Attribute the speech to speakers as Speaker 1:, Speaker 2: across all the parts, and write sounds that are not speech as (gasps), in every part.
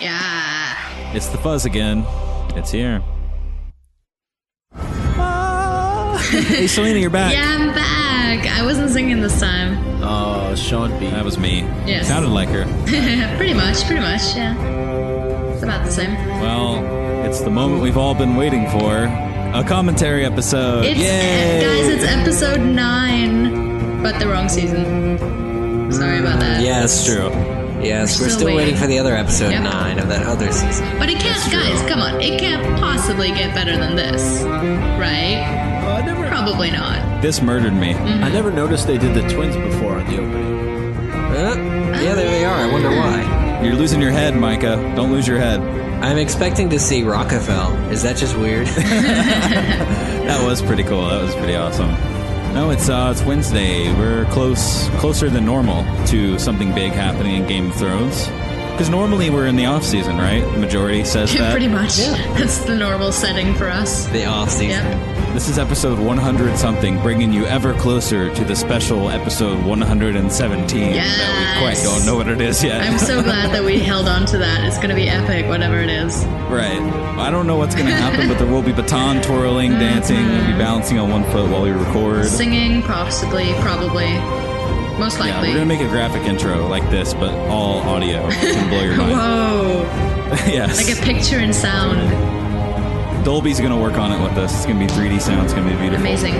Speaker 1: Yeah.
Speaker 2: It's the fuzz again. It's here. Ah! hey, Selena, you're back.
Speaker 1: Yeah, I'm back. I wasn't singing this time. (laughs)
Speaker 3: Oh, Sean B.
Speaker 2: That was me.
Speaker 1: Yes.
Speaker 2: Sounded like her.
Speaker 1: pretty much, pretty much, yeah. It's about the same.
Speaker 2: Well, it's the moment we've all been waiting for. A commentary episode.
Speaker 1: It's
Speaker 2: Yay!
Speaker 1: guys, it's episode nine, but the wrong season. Sorry about that.
Speaker 3: Yes,
Speaker 2: That's true.
Speaker 3: Yes,
Speaker 1: We're still
Speaker 3: we're still, waiting
Speaker 1: waiting.
Speaker 3: for the other episode
Speaker 1: Yep.
Speaker 3: nine of that other season.
Speaker 1: But it can't, guys. Come on, it can't possibly get better than this, right?
Speaker 4: Oh, I never,
Speaker 1: Probably not. (laughs)
Speaker 2: This murdered me.
Speaker 1: Mm-hmm.
Speaker 4: I never noticed they did the twins before on the opening.
Speaker 3: Huh? yeah, there they are. I
Speaker 1: Ah.
Speaker 3: wonder why.
Speaker 2: You're losing your head, Micah. Don't lose your head.
Speaker 3: I'm expecting to see Rockefeller. Is that
Speaker 1: (laughs)
Speaker 3: just weird?
Speaker 2: That was pretty cool. That was pretty awesome. No, it's uh, it's Wednesday. We're close, closer than normal to something big happening in Game of Thrones. Because normally we're in the off season, right? Majority says
Speaker 1: (laughs)
Speaker 2: that.
Speaker 1: Pretty much. That's the normal setting for us.
Speaker 3: the off season.
Speaker 1: Yep.
Speaker 2: This is episode 100 something, bringing you ever closer to the special episode 117 that we quite
Speaker 1: Yes.
Speaker 2: don't know what it is yet.
Speaker 1: I'm so glad that we held on to that. It's gonna be epic, whatever it is.
Speaker 2: (laughs) right. I don't know what's going to happen, but there will be baton twirling,
Speaker 1: Mm-hmm.
Speaker 2: dancing, we'll be balancing on one foot while we record.
Speaker 1: Singing, possibly, probably, most
Speaker 2: yeah, we're
Speaker 1: likely.
Speaker 2: going to make a graphic intro like this, but all audio. It can blow
Speaker 1: (laughs)
Speaker 2: your mind.
Speaker 1: Whoa!
Speaker 2: (laughs) yes.
Speaker 1: Like a picture and sound.
Speaker 2: Dolby's going to work on it with us. It's going to be 3D sound. It's going to be beautiful.
Speaker 1: Amazing.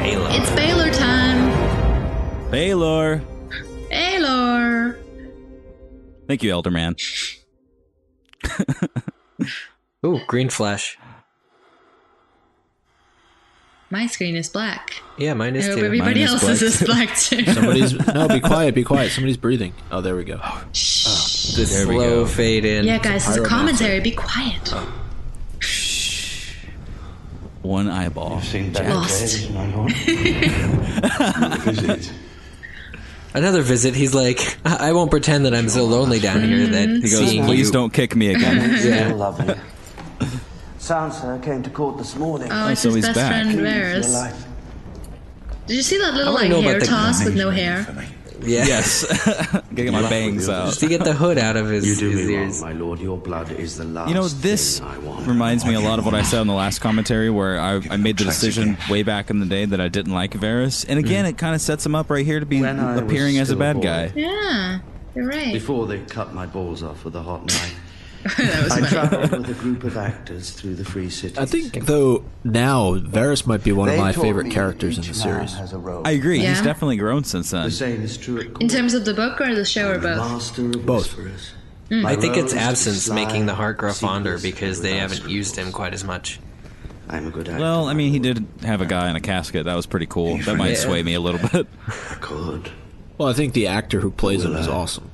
Speaker 3: Halo.
Speaker 1: It's Baylor time.
Speaker 2: Baylor.
Speaker 1: Baylor.
Speaker 2: Thank you, Elder Man.
Speaker 3: Ooh, green flash.
Speaker 1: My screen is black.
Speaker 3: Yeah, mine is
Speaker 1: I hope
Speaker 3: too.
Speaker 1: everybody
Speaker 2: Mine is
Speaker 1: else's is black too.
Speaker 4: Somebody's no, be quiet, be quiet. Somebody's breathing. Oh, there we go.
Speaker 1: Shh.
Speaker 3: The
Speaker 2: There we
Speaker 3: slow
Speaker 2: go.
Speaker 3: fade in.
Speaker 1: yeah, guys, it's a
Speaker 4: pyromancer.
Speaker 1: commentary. Be quiet. Oh,
Speaker 2: One eyeball.
Speaker 5: Seen better
Speaker 1: Lost.
Speaker 5: days, my
Speaker 1: (laughs)
Speaker 5: lord. Visit.
Speaker 3: Another visit. He's like, (laughs) I I won't pretend that I'm so lonely down
Speaker 1: Mm-hmm.
Speaker 3: here that
Speaker 2: He goes,
Speaker 3: seeing
Speaker 2: please
Speaker 3: you-
Speaker 2: don't kick
Speaker 1: (laughs)
Speaker 2: me again.
Speaker 3: Yeah.
Speaker 5: Still (laughs) loving it. Sansa came to court this morning.
Speaker 1: Oh, it's
Speaker 2: so
Speaker 1: his
Speaker 2: he's
Speaker 1: best
Speaker 2: back.
Speaker 1: friend
Speaker 5: Please,
Speaker 1: Varys.
Speaker 5: your life.
Speaker 1: Did you see that little
Speaker 3: I wanna
Speaker 1: like
Speaker 3: know about
Speaker 1: hair
Speaker 3: the
Speaker 1: toss with no
Speaker 5: For
Speaker 1: hair?
Speaker 5: me.
Speaker 3: Yeah.
Speaker 2: yes. (laughs) Getting my bangs
Speaker 3: (laughs)
Speaker 2: out.
Speaker 3: Just to get the hood out of his,
Speaker 5: You do
Speaker 3: his
Speaker 5: me
Speaker 3: ears.
Speaker 5: wrong, my lord. Your blood is the last.
Speaker 2: You know, this
Speaker 5: thing I want.
Speaker 2: reminds me a lot of what I said in the last commentary where I, I made the decision way back in the day that I didn't like Varys. And again, it kind of sets him up right here to be
Speaker 5: Mm-hmm. When I was
Speaker 2: appearing as a
Speaker 5: still
Speaker 2: bad
Speaker 5: born.
Speaker 2: guy.
Speaker 1: Yeah, you're right.
Speaker 5: Before they cut my balls off with a hot knife,
Speaker 1: (laughs) that was
Speaker 5: I
Speaker 1: funny.
Speaker 5: travelled with a group of actors through the free city.
Speaker 4: I think though now Varys might be one of my favorite characters in the series.
Speaker 2: I agree.
Speaker 1: Yeah.
Speaker 2: He's definitely grown since then.
Speaker 5: The same is true at court.
Speaker 1: In terms of the book or the show or both? Hmm.
Speaker 5: Master of
Speaker 4: Both.
Speaker 5: Whisperers.
Speaker 3: I think it's absence making the heart grow fonder because they haven't used him quite as much.
Speaker 5: I'm a good actor.
Speaker 2: Well, I mean, he did have a guy in a casket. That was pretty cool. That might
Speaker 3: Yeah.
Speaker 2: sway me a little bit. (laughs)
Speaker 5: Good.
Speaker 4: Well, I think the actor who plays him
Speaker 5: uh,
Speaker 4: is awesome.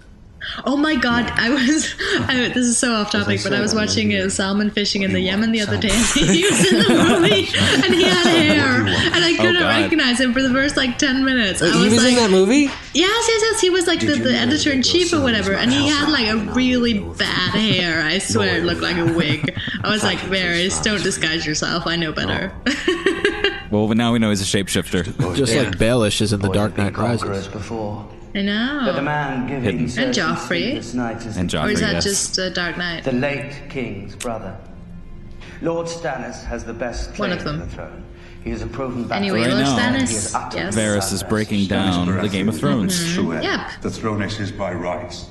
Speaker 1: Oh my god, I was. I, this is so off topic,
Speaker 5: As I
Speaker 1: but I was
Speaker 5: said, I'm
Speaker 1: watching
Speaker 5: here.
Speaker 1: uh, salmon fishing in
Speaker 5: What
Speaker 1: the
Speaker 5: do you
Speaker 1: Yemen
Speaker 5: want,
Speaker 1: the other day.
Speaker 5: salmon?
Speaker 1: he was
Speaker 5: (laughs)
Speaker 1: in the movie and he had hair, and
Speaker 5: Oh,
Speaker 1: I couldn't
Speaker 2: God.
Speaker 1: recognize him for the first like ten minutes. I
Speaker 3: he was
Speaker 1: like,
Speaker 3: in that movie?
Speaker 1: Yes, yes, yes. He was like the,
Speaker 5: Did you
Speaker 1: the
Speaker 5: know
Speaker 1: editor in
Speaker 5: that your
Speaker 1: chief or
Speaker 5: son
Speaker 1: whatever,
Speaker 5: is
Speaker 1: and he
Speaker 5: not
Speaker 1: had like a
Speaker 5: outside?
Speaker 1: really
Speaker 5: No, it's
Speaker 1: bad hair.
Speaker 5: (laughs)
Speaker 1: I swear it
Speaker 5: No,
Speaker 1: looked like a wig. I was like, Varys, don't disguise yourself. I know better.
Speaker 5: Oh.
Speaker 2: well, but now we know he's a shapeshifter.
Speaker 4: Just
Speaker 3: Yeah.
Speaker 4: like Baelish is in The
Speaker 5: Boys
Speaker 4: Dark
Speaker 5: have been
Speaker 4: Knight Rises.
Speaker 5: conquerors Before.
Speaker 1: (laughs) I
Speaker 5: But the
Speaker 1: know.
Speaker 5: man giving
Speaker 2: Hidden.
Speaker 5: certain
Speaker 1: Joffrey.
Speaker 5: sleepless nights is
Speaker 2: And
Speaker 5: the-
Speaker 1: Or
Speaker 2: Joffrey,
Speaker 1: is that
Speaker 2: yes.
Speaker 1: just uh, Dark Knight?
Speaker 5: The late king's brother. Lord Stannis has the best
Speaker 1: One
Speaker 5: claim
Speaker 1: of them.
Speaker 5: to the throne. He is a proven
Speaker 1: Anyway,
Speaker 5: battler.
Speaker 2: Lord now, Stannis,
Speaker 5: He is utterly
Speaker 1: yes.
Speaker 2: Varys is breaking down the Game of Thrones.
Speaker 1: Mm-hmm. Yep.
Speaker 6: The throne is his by rights.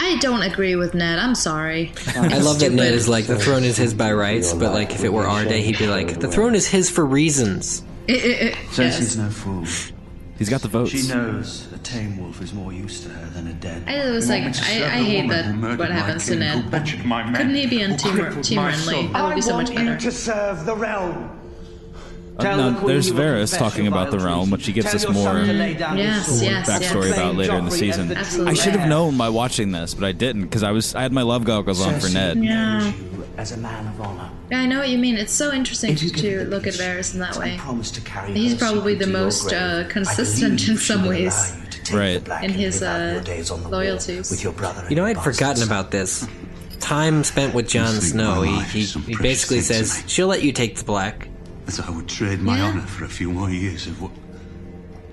Speaker 1: I don't agree with Ned.
Speaker 5: (laughs)
Speaker 1: I'm sorry.
Speaker 3: I love that Ned
Speaker 1: Stupid.
Speaker 3: is like, the throne is his by rights, but like if it were our day, he'd be like, the throne is his for reasons.
Speaker 5: Cersei's
Speaker 1: yes.
Speaker 5: no fool.
Speaker 2: He's got the votes.
Speaker 5: She knows a tame wolf is more used to her than a dead.
Speaker 1: I was like, I, I hate that what happens to Ned. But couldn't he be on Team Team Renly? That would
Speaker 5: Oh,
Speaker 1: be so much better.
Speaker 5: serve the realm.
Speaker 2: Uh, now, there's Varys talking about the realm, which he gives us more
Speaker 1: Yes, yes,
Speaker 2: backstory
Speaker 1: yes.
Speaker 2: about later in the season.
Speaker 1: Absolutely.
Speaker 2: I should have known by watching this, but I didn't because I was I had my love goggles on for Ned.
Speaker 1: Yeah.
Speaker 5: As a man of honor.
Speaker 1: Yeah, I know what you mean. It's so interesting
Speaker 5: If you give her
Speaker 1: to
Speaker 5: the
Speaker 1: look at
Speaker 5: peace,
Speaker 1: Varys in that
Speaker 5: I
Speaker 1: way.
Speaker 5: promise to carry
Speaker 1: He's
Speaker 5: her
Speaker 1: probably
Speaker 5: secret to
Speaker 1: the
Speaker 5: your
Speaker 1: most,
Speaker 5: grave.
Speaker 1: uh,
Speaker 5: I believe
Speaker 1: consistent in
Speaker 5: she
Speaker 1: some
Speaker 5: will
Speaker 1: ways
Speaker 5: allow you to take
Speaker 2: Right.
Speaker 5: the black
Speaker 1: in
Speaker 5: and
Speaker 1: his,
Speaker 5: live out
Speaker 1: uh,
Speaker 5: your days on the wall
Speaker 1: loyalties.
Speaker 5: with your brother and
Speaker 3: You know,
Speaker 5: your
Speaker 3: I'd forgotten
Speaker 5: bastards.
Speaker 3: about this. Time spent with Jon
Speaker 6: think
Speaker 3: Snow,
Speaker 6: my
Speaker 3: he,
Speaker 6: life
Speaker 3: he,
Speaker 6: is some
Speaker 3: he
Speaker 6: precious
Speaker 3: basically
Speaker 6: thing to
Speaker 3: says,
Speaker 6: me.
Speaker 3: she'll let you take the black.
Speaker 6: As I would trade my
Speaker 1: Yeah.
Speaker 6: honor for a few more years of what?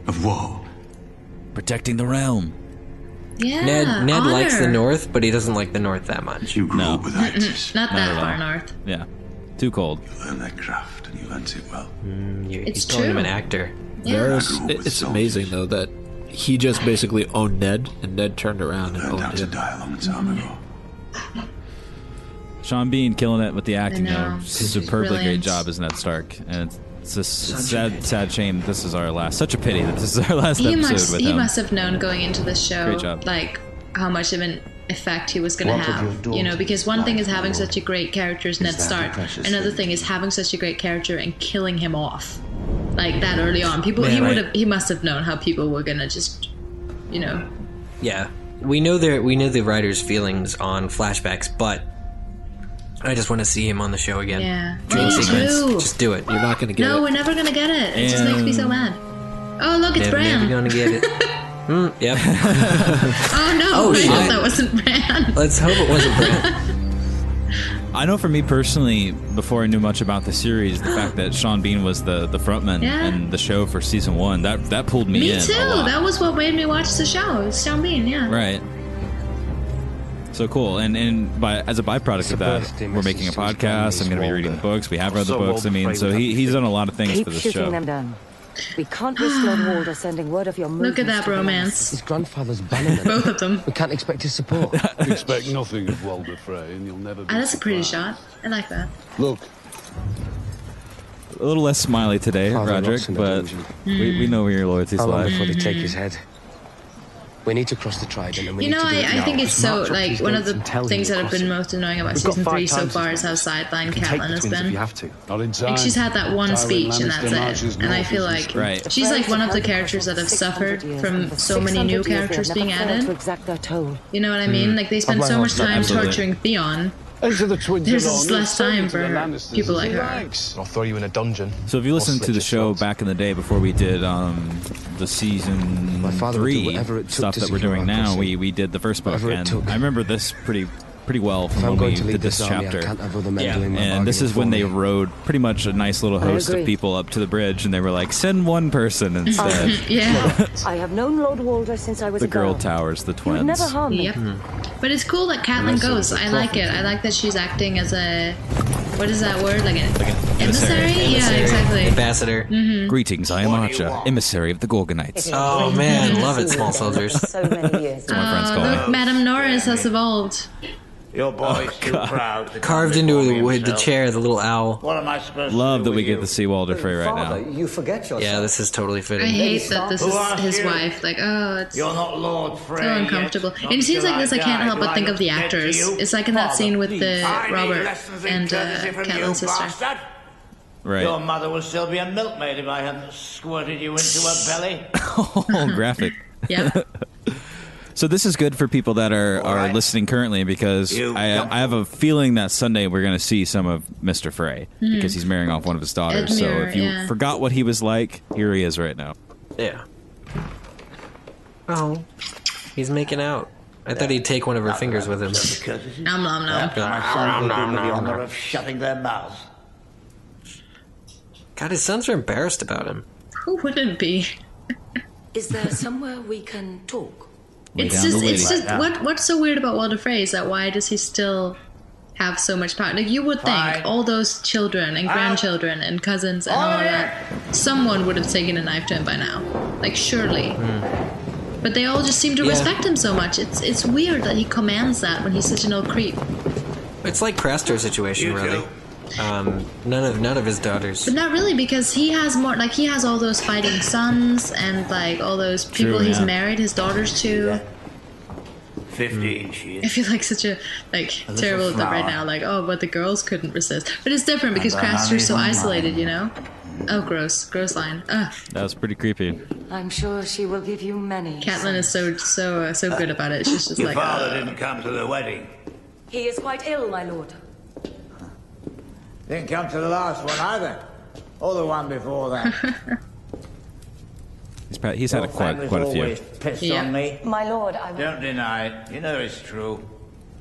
Speaker 6: Of woe.
Speaker 2: Protecting the realm.
Speaker 1: Yeah.
Speaker 3: Ned Ned likes the
Speaker 1: Ah, honor.
Speaker 3: North, but he doesn't like the North that much.
Speaker 6: You grew
Speaker 2: No.
Speaker 6: up with ITs.
Speaker 1: Not
Speaker 2: Not
Speaker 1: that
Speaker 2: at
Speaker 1: far
Speaker 2: all.
Speaker 1: north.
Speaker 2: Yeah. Too cold.
Speaker 6: Learn that craft and you learnt it well.
Speaker 3: You,
Speaker 1: It's
Speaker 3: he's calling him an
Speaker 1: true.
Speaker 3: actor.
Speaker 1: Yeah.
Speaker 4: Varys, it- it's amazing though that he just basically owned Ned, and Ned turned around and
Speaker 6: Learned how
Speaker 5: Oh,
Speaker 4: owned
Speaker 6: to
Speaker 4: him.
Speaker 6: die a long time ago.
Speaker 5: Mm-hmm.
Speaker 2: Sean Bean killing it with the acting
Speaker 1: I know.
Speaker 2: though. Superbly great
Speaker 1: Brilliant.
Speaker 2: job as Ned Stark. And it's, it's just it's sad, sad shame that this is our last. Such a pity that this is our last
Speaker 1: He
Speaker 2: episode
Speaker 1: must
Speaker 2: with
Speaker 1: he
Speaker 2: him.
Speaker 1: must have known going into the show
Speaker 2: Great job.
Speaker 1: like how much of an effect he was going to
Speaker 5: What would you have
Speaker 1: have.
Speaker 5: done
Speaker 1: You know,
Speaker 5: to
Speaker 1: because one
Speaker 5: life,
Speaker 1: thing is having
Speaker 5: Lord?
Speaker 1: such a great character as Ned
Speaker 5: that the
Speaker 1: Stark.
Speaker 5: precious
Speaker 1: Another
Speaker 5: thing?
Speaker 1: thing is having such a great character and killing him off. Like that early on. People he
Speaker 3: Man,
Speaker 1: would
Speaker 3: I-
Speaker 1: have he must have known how people were going to just you know,
Speaker 3: Yeah, we know their we know the writer's feelings on flashbacks, but I just want to see him on the show again.
Speaker 1: yeah.
Speaker 3: Dream
Speaker 1: Me
Speaker 3: sequence.
Speaker 1: too.
Speaker 3: Just do it.
Speaker 4: You're not going to get
Speaker 1: No, we're
Speaker 4: it.
Speaker 1: never going to get it. It just makes me so
Speaker 2: And-
Speaker 1: mad. Oh, look, it's
Speaker 3: Never, never
Speaker 1: Bran.
Speaker 3: gonna get
Speaker 1: (laughs)
Speaker 3: it. Mm, yep.
Speaker 1: Oh no, I
Speaker 3: shit.
Speaker 1: hope that wasn't (laughs) Bran.
Speaker 3: Let's hope it wasn't Bran.
Speaker 2: I know for me personally, before I knew much about the series, the fact that Sean Bean was the the frontman
Speaker 1: Yeah.
Speaker 2: in the show for season one that that pulled me,
Speaker 1: Me
Speaker 2: in. a
Speaker 1: too.
Speaker 2: lot.
Speaker 1: That was what made me watch the show. It was Sean Bean, yeah.
Speaker 2: Right. So cool, and and by, as a byproduct of that, we're making a podcast. I'm going to be reading the books. We have read the books. I mean, so he, he's done a lot of things
Speaker 7: Keep
Speaker 2: for this
Speaker 7: shooting
Speaker 2: show.
Speaker 7: them down. We can't risk Lord Walder sending word of your
Speaker 1: Look
Speaker 7: movements.
Speaker 1: at that
Speaker 7: to the
Speaker 1: romance.
Speaker 8: His (laughs) grandfather's bannerman.
Speaker 1: Both of them.
Speaker 8: We can't expect his support.
Speaker 9: Expect nothing of Walder Frey, and you'll never be.
Speaker 1: Ah, that's a pretty
Speaker 9: surprised.
Speaker 1: shot. I like that.
Speaker 9: Look,
Speaker 2: A little less smiley today,
Speaker 8: Father
Speaker 2: Roderick,
Speaker 8: Watson,
Speaker 2: but
Speaker 8: illusion.
Speaker 2: we, we know where your loyalties
Speaker 8: How long
Speaker 2: lie.
Speaker 8: before they take his head? We need to cross the trident, and we
Speaker 1: You
Speaker 8: need
Speaker 1: know,
Speaker 8: to do it
Speaker 1: I, I
Speaker 8: now.
Speaker 1: think it's
Speaker 8: Just
Speaker 1: so,
Speaker 8: march up
Speaker 1: like,
Speaker 8: these
Speaker 1: one of
Speaker 8: gates
Speaker 1: the
Speaker 8: and tell
Speaker 1: things
Speaker 8: him
Speaker 1: that
Speaker 8: to
Speaker 1: have
Speaker 8: cross
Speaker 1: been
Speaker 8: it.
Speaker 1: most annoying about
Speaker 8: We've got
Speaker 1: season
Speaker 8: five
Speaker 1: three so
Speaker 8: times
Speaker 1: far
Speaker 8: as
Speaker 1: is how sidelined
Speaker 8: You can take the
Speaker 1: Catelyn has
Speaker 8: twins if
Speaker 1: been.
Speaker 8: you have to.
Speaker 9: not in time.
Speaker 1: Like, she's had that one
Speaker 9: Tywin
Speaker 1: speech and
Speaker 9: Lannister
Speaker 1: that's
Speaker 9: marches
Speaker 1: it. And I
Speaker 9: north
Speaker 1: feel
Speaker 9: as we
Speaker 1: like
Speaker 9: speak.
Speaker 2: Right.
Speaker 1: she's like
Speaker 7: Pharaohs
Speaker 1: one
Speaker 7: have
Speaker 1: of the
Speaker 7: held the
Speaker 1: characters that
Speaker 7: battle
Speaker 1: have
Speaker 7: for 600
Speaker 1: suffered
Speaker 7: years, and
Speaker 1: from
Speaker 7: for
Speaker 1: so many
Speaker 7: 600
Speaker 1: new
Speaker 7: years they have
Speaker 1: characters
Speaker 7: never
Speaker 1: being
Speaker 7: failed To
Speaker 1: added.
Speaker 7: exact their toll.
Speaker 1: You know what I mean? Like they spend
Speaker 8: my
Speaker 1: so much
Speaker 8: horse,
Speaker 1: time
Speaker 2: absolutely.
Speaker 1: torturing Theon.
Speaker 9: Enter the twins
Speaker 1: There's
Speaker 9: alone,
Speaker 1: less
Speaker 9: you're turning
Speaker 1: time
Speaker 9: to the
Speaker 1: for
Speaker 9: Lannisters
Speaker 1: people
Speaker 9: as
Speaker 1: like
Speaker 9: he
Speaker 1: her.
Speaker 9: likes.
Speaker 8: I'll throw you in a dungeon.
Speaker 2: So if you listen to the show back in the day before we did um, the season
Speaker 8: My father would do
Speaker 2: three
Speaker 8: whatever it took
Speaker 2: stuff
Speaker 8: to
Speaker 2: that we're
Speaker 8: secure
Speaker 2: doing
Speaker 8: our
Speaker 2: now,
Speaker 8: crossing.
Speaker 2: we, we did the first book,
Speaker 8: Whatever it
Speaker 2: and
Speaker 8: took.
Speaker 2: I remember this pretty pretty well
Speaker 8: If
Speaker 2: from
Speaker 8: I'm
Speaker 2: when we
Speaker 8: going to lead
Speaker 2: did
Speaker 8: this,
Speaker 2: this
Speaker 8: army,
Speaker 2: chapter.
Speaker 8: I can't have other men
Speaker 3: Yeah.
Speaker 8: doing my
Speaker 2: And this
Speaker 8: bargaining
Speaker 2: is when
Speaker 8: for
Speaker 2: they
Speaker 8: me.
Speaker 2: rode pretty much a nice little host of
Speaker 7: agree.
Speaker 2: people up to the bridge, and they were like, "Send
Speaker 7: (clears throat)
Speaker 2: one person instead."
Speaker 5: (laughs)
Speaker 1: Yeah. (laughs)
Speaker 7: I have known Lord Walder since I was a
Speaker 2: the
Speaker 7: girl.
Speaker 2: girl towers the
Speaker 7: He would
Speaker 2: twins.
Speaker 7: never harm me.
Speaker 1: yep. But it's cool that Catelyn goes. I like it. I like that she's acting as a. What is that word? Like an
Speaker 2: emissary.
Speaker 1: emissary? Yeah, exactly. Mm-hmm.
Speaker 3: Ambassador.
Speaker 2: Mm-hmm. Greetings, I am Archer, emissary of the Gorgonites.
Speaker 7: Uh,
Speaker 3: Oh man, love it, small soldiers.
Speaker 7: So many
Speaker 1: (laughs)
Speaker 7: years.
Speaker 2: My friends
Speaker 1: Oh,
Speaker 2: call
Speaker 1: look,
Speaker 2: me.
Speaker 1: Madame Norris has evolved.
Speaker 5: Your boy's too proud. to
Speaker 3: Carved
Speaker 5: come
Speaker 3: into
Speaker 5: before
Speaker 3: the
Speaker 5: me
Speaker 3: wood, the
Speaker 5: himself.
Speaker 3: chair, the little owl.
Speaker 5: What am I supposed
Speaker 7: (laughs)
Speaker 5: to
Speaker 2: Love
Speaker 5: do
Speaker 2: that we
Speaker 5: with
Speaker 2: get
Speaker 5: you?
Speaker 2: to see Walder Frey right now.
Speaker 10: you forget yourself.
Speaker 3: Yeah, this is totally
Speaker 1: I
Speaker 3: fitting.
Speaker 1: hate that this
Speaker 5: Who
Speaker 1: is
Speaker 5: asked
Speaker 1: his
Speaker 5: you?
Speaker 1: wife. Like, oh, it's
Speaker 5: You're
Speaker 1: so
Speaker 5: not Lord Frey. yet.
Speaker 1: uncomfortable.
Speaker 5: Not
Speaker 1: And it seems
Speaker 5: till
Speaker 1: like this, I can't
Speaker 5: die.
Speaker 1: help
Speaker 5: Do
Speaker 1: but think of the
Speaker 5: look dead to
Speaker 1: actors.
Speaker 5: you?
Speaker 1: It's like in that
Speaker 5: Father,
Speaker 1: scene with the
Speaker 5: I need
Speaker 1: Robert
Speaker 5: lessons in
Speaker 1: and uh,
Speaker 5: courtesy from you,
Speaker 1: Catelyn's sister.
Speaker 5: bastard. Your
Speaker 2: (laughs) Right.
Speaker 5: mother would still be a milkmaid if I hadn't squirted you into her belly.
Speaker 2: Oh, graphic.
Speaker 1: (laughs) Yeah.
Speaker 2: So this is good for people that are,
Speaker 5: All
Speaker 2: are
Speaker 5: right.
Speaker 2: listening currently because
Speaker 5: You
Speaker 2: I,
Speaker 5: dumb-
Speaker 2: I have a feeling that Sunday we're going to see some of Mr. Frey because he's marrying off one of his daughters. so
Speaker 1: Edmure,
Speaker 2: if you
Speaker 1: Hmm. yeah.
Speaker 2: forgot what he was like, here he is right now.
Speaker 3: Yeah. Oh, he's making out. I thought he'd take one of her fingers with him.
Speaker 5: Courtesy.
Speaker 1: Nom nom nom.
Speaker 5: My son will give me the honor of shutting their mouths.
Speaker 3: God, his sons are embarrassed about him.
Speaker 1: Who wouldn't be?
Speaker 11: Is there somewhere we can talk?
Speaker 2: Lay
Speaker 1: It's
Speaker 2: down
Speaker 1: just,
Speaker 2: the lady.
Speaker 1: it's just what what's so weird about Walter Frey is that why does he still have so much power? Like you would think
Speaker 5: Fine.
Speaker 1: all those children and grandchildren and cousins and all
Speaker 5: Over
Speaker 1: that, someone would have taken a knife to him by now. Like surely.
Speaker 2: Hmm.
Speaker 1: But they all just seem to
Speaker 3: Yeah.
Speaker 1: respect him so much. It's it's weird that he commands that when he's such an old creep.
Speaker 3: It's like Craster's situation,
Speaker 5: You
Speaker 3: really. Um, none of none of his daughters.
Speaker 1: But not really because he has more like he has all those fighting sons and like all those people he's
Speaker 2: yeah.
Speaker 1: married his daughters to.
Speaker 5: Fifteen, she
Speaker 1: I
Speaker 5: is.
Speaker 1: feel like such a like
Speaker 5: little
Speaker 1: terrible at that right
Speaker 5: flower.
Speaker 1: now. Like oh, but the girls couldn't resist. But it's different because
Speaker 5: And the
Speaker 1: Craster's so
Speaker 5: honey's mine.
Speaker 1: isolated, you know. Oh, gross, gross line. Ugh,
Speaker 2: That was pretty creepy.
Speaker 7: I'm sure she will give you many.
Speaker 1: Catelyn is so so uh, so good about it. She's just
Speaker 5: Your
Speaker 12: (laughs)
Speaker 1: like
Speaker 5: father
Speaker 1: uh,
Speaker 5: didn't come to the wedding.
Speaker 7: He is quite ill, my lord.
Speaker 5: Didn't come to the last one either. Or the one before
Speaker 2: (laughs)
Speaker 5: that.
Speaker 2: He's, probably, he's had
Speaker 5: Your
Speaker 2: a quite
Speaker 5: family's
Speaker 2: quite a few.
Speaker 5: always pissed
Speaker 1: Yeah.
Speaker 5: on me.
Speaker 7: My lord, I will.
Speaker 5: Don't deny it. You know it's true.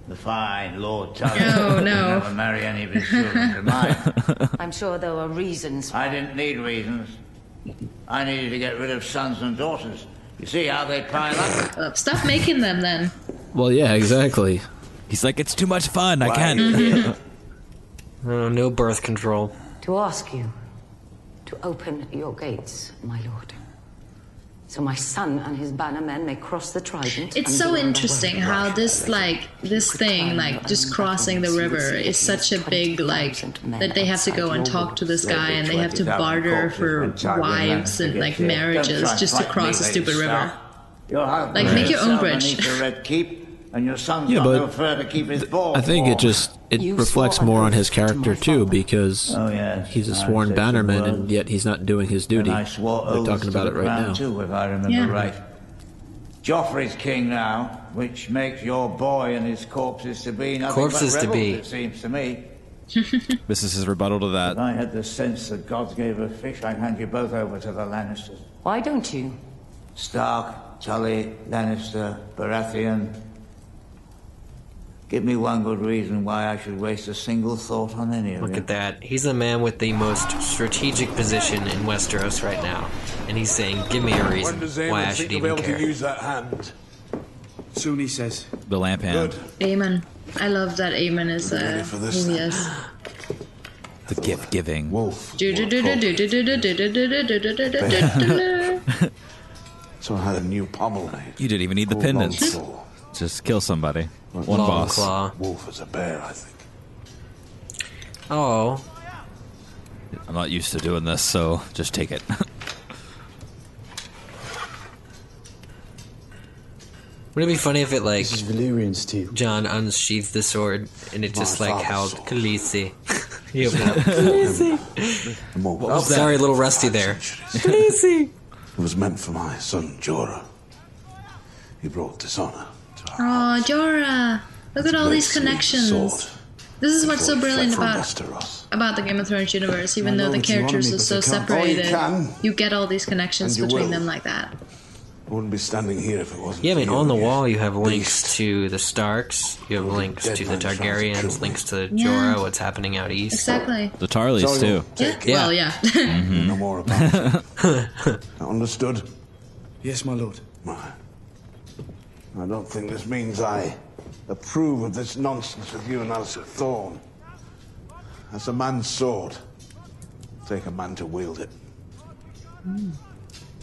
Speaker 5: The fine Lord Tully
Speaker 1: No,
Speaker 5: would
Speaker 1: no.
Speaker 5: never marry any of his children to mine.
Speaker 7: I'm sure there are reasons.
Speaker 5: I didn't need reasons. I needed to get rid of sons and daughters.
Speaker 10: You see how they pile up?
Speaker 1: Uh, stop making them then.
Speaker 4: Well, yeah, exactly.
Speaker 2: He's like, it's too much fun. I can't.
Speaker 1: Mhm.
Speaker 3: Oh, no birth control.
Speaker 11: To ask you to open your gates, my lord. So my son and his bannermen may cross the trident. and
Speaker 1: It's so
Speaker 11: be on their
Speaker 1: interesting
Speaker 11: way.
Speaker 1: how this like this thing like just crossing the river is such a big like that they have to go and talk to this guy and they have to barter for wives and like marriages just to cross a stupid river. Like, make your own bridge.
Speaker 10: And your son's
Speaker 4: Yeah,
Speaker 10: got
Speaker 4: but
Speaker 10: no fur to keep his ball
Speaker 4: I think it just it reflects more on his character too, because he's a
Speaker 10: Oh, I
Speaker 4: sworn
Speaker 10: said some
Speaker 4: bannerman,
Speaker 10: words.
Speaker 4: and yet he's not doing his duty.
Speaker 10: I swore
Speaker 4: They're
Speaker 10: oaths
Speaker 4: talking
Speaker 10: to
Speaker 4: about
Speaker 10: the
Speaker 4: it right
Speaker 10: crown
Speaker 4: now.
Speaker 10: too, if I remember
Speaker 1: Yeah.
Speaker 10: right. Joffrey's king now, which makes your boy and his corpses to be nothing
Speaker 2: Corpses
Speaker 10: but
Speaker 2: to
Speaker 10: rebels,
Speaker 2: be.
Speaker 10: It seems to me.
Speaker 2: (laughs) This is his rebuttal to
Speaker 10: If
Speaker 2: that.
Speaker 10: I had the sense that gods gave a fish, I'd hand you both over to the Lannisters.
Speaker 11: Why don't you?
Speaker 10: Stark, Tully, Lannister, Baratheon. Give me one good reason why I should waste a single thought on any of
Speaker 3: Look
Speaker 10: you.
Speaker 3: at that. He's the man with the most strategic position in Westeros right now. And he's saying, give me a reason
Speaker 5: When does
Speaker 3: why I
Speaker 5: Aemon think
Speaker 3: should
Speaker 5: you'll be
Speaker 3: even
Speaker 5: able to
Speaker 3: care.
Speaker 5: use that hand?
Speaker 2: Soon he says. The lamp hand.
Speaker 1: Amen. I love that Amen is
Speaker 2: Ready
Speaker 1: uh
Speaker 2: for this
Speaker 1: who he
Speaker 2: then?
Speaker 1: is.
Speaker 2: The gift giving. Wolf.
Speaker 1: Do do do do do do do do do do do do do do do do.
Speaker 2: Someone had a new pommel You didn't even need the
Speaker 5: Cool
Speaker 2: pendants.
Speaker 1: Hmm?
Speaker 5: long
Speaker 2: Just kill somebody. One
Speaker 5: Long
Speaker 2: boss.
Speaker 3: Ah.
Speaker 5: claw. Wolf is a bear, I think.
Speaker 3: Oh.
Speaker 2: I'm not used to doing this, so just take it. (laughs)
Speaker 3: Wouldn't it be funny if it like Valyrian steel. John unsheathed the sword and it just
Speaker 5: My
Speaker 3: like
Speaker 5: father's
Speaker 3: howled Khaleesi. he opened up.
Speaker 5: Khaleesi. What
Speaker 3: Oh, sorry, a little rusty there. (laughs) Khaleesi.
Speaker 5: It was meant for my son Jorah. He brought dishonor.
Speaker 1: Oh, Jorah! Look at all these connections. This is what's so brilliant about about the Game of Thrones universe. Even
Speaker 5: I
Speaker 1: though
Speaker 5: know
Speaker 1: the
Speaker 5: that you want
Speaker 1: characters
Speaker 5: me,
Speaker 1: are
Speaker 5: but I
Speaker 1: so
Speaker 5: can't. Oh, you
Speaker 1: separated,
Speaker 5: can.
Speaker 1: you get all these connections
Speaker 5: And you
Speaker 1: between
Speaker 5: will.
Speaker 1: them like that.
Speaker 5: I wouldn't be standing here if it wasn't.
Speaker 3: Yeah, I
Speaker 5: for
Speaker 3: mean,
Speaker 5: you
Speaker 3: on the
Speaker 5: and your
Speaker 3: wall you have links to the Starks, you have links to the Targaryens, links to
Speaker 1: Yeah.
Speaker 3: Jorah, what's happening out east.
Speaker 1: Exactly.
Speaker 2: The Tarleys, too.
Speaker 1: Yeah. Well, yeah.
Speaker 5: No more about it. (laughs)
Speaker 3: Mm-hmm.
Speaker 5: Understood? Yes, my lord. I don't think this means I approve of this nonsense with you and Alistair Thorne. That's a man's sword. Take a man to wield it.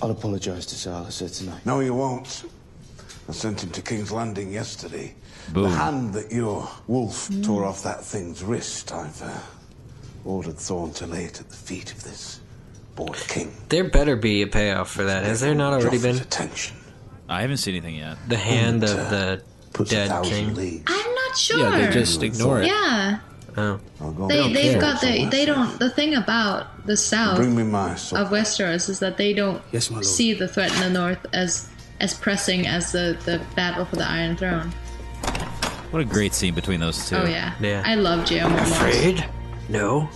Speaker 13: I'll apologise to Sir Alistair tonight.
Speaker 5: No, you won't. I sent him to King's Landing yesterday. The
Speaker 13: Boom.
Speaker 5: hand that your wolf tore off that thing's wrist, I've uh, ordered Thorn to lay it at the feet of this boy king.
Speaker 3: There better be a payoff for that. Has there not already been?
Speaker 5: Attention.
Speaker 2: I haven't seen anything yet.
Speaker 3: The hand of the dead king.
Speaker 1: I'm not sure.
Speaker 3: Yeah, they just ignore it.
Speaker 1: Yeah.
Speaker 3: Oh.
Speaker 1: They, they've got the, they don't the thing about the south
Speaker 5: Bring me my sword.
Speaker 1: of Westeros is that they don't
Speaker 5: Yes, my lord.
Speaker 1: see the threat in the north as as pressing as the, the battle for the Iron Throne.
Speaker 2: What a great scene between those two.
Speaker 1: Oh yeah. I love J.M.
Speaker 3: Afraid? uh, No,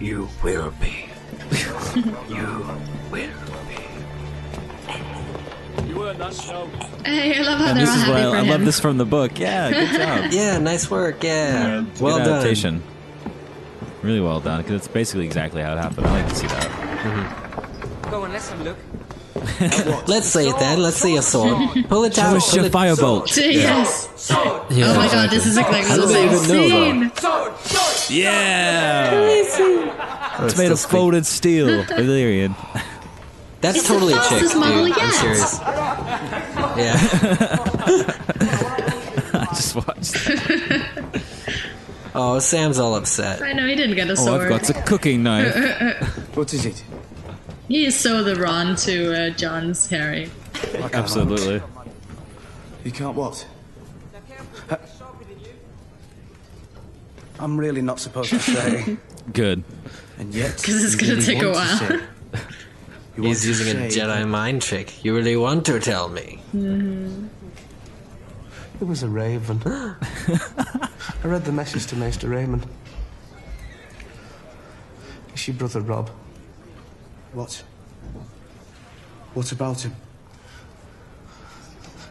Speaker 3: you will be. you will.
Speaker 14: You earned that snow.
Speaker 1: Hey, I love how
Speaker 2: And
Speaker 1: they're all
Speaker 2: this is
Speaker 1: happy
Speaker 2: why
Speaker 1: for
Speaker 2: I, I
Speaker 1: him.
Speaker 2: love this from the book. Yeah, (laughs) good job.
Speaker 3: yeah, nice work. Yeah,
Speaker 2: It's a
Speaker 3: well
Speaker 2: good
Speaker 3: done.
Speaker 2: adaptation. Really well done, because it's basically exactly how it happened. I like to see that.
Speaker 15: Go and listen, Luke.
Speaker 3: Let's say it then. Let's say a sword. Pull it out.
Speaker 2: Push your firebolt.
Speaker 1: (laughs) Yes. oh my god, this is exactly the same scene.
Speaker 2: Yeah!
Speaker 3: Oh,
Speaker 2: It's made of folded steel. Valyrian.
Speaker 3: That's It's the totally a chick, fastest model dude. I'm yet. serious. (laughs)
Speaker 2: Yeah. (laughs) I just watched that.
Speaker 3: Oh, Sam's all upset.
Speaker 1: I know he didn't
Speaker 2: Oh,
Speaker 1: get a sword.
Speaker 2: cooking
Speaker 13: what is it?
Speaker 1: He is so the Ron to uh, John's Harry.
Speaker 2: Absolutely.
Speaker 13: You can't what? I'm really not supposed to say.
Speaker 2: Good.
Speaker 13: And yet.
Speaker 1: 'Cause it's
Speaker 13: you
Speaker 1: gonna
Speaker 13: really
Speaker 1: take a
Speaker 13: want to
Speaker 1: while.
Speaker 13: say. You want
Speaker 3: He's
Speaker 13: to
Speaker 3: using a
Speaker 13: say
Speaker 3: Jedi mind trick. You really want to tell me?
Speaker 13: It was a
Speaker 2: (laughs)
Speaker 13: raven. I read the message to Maester Raymond. Is your brother Rob? What? What about him?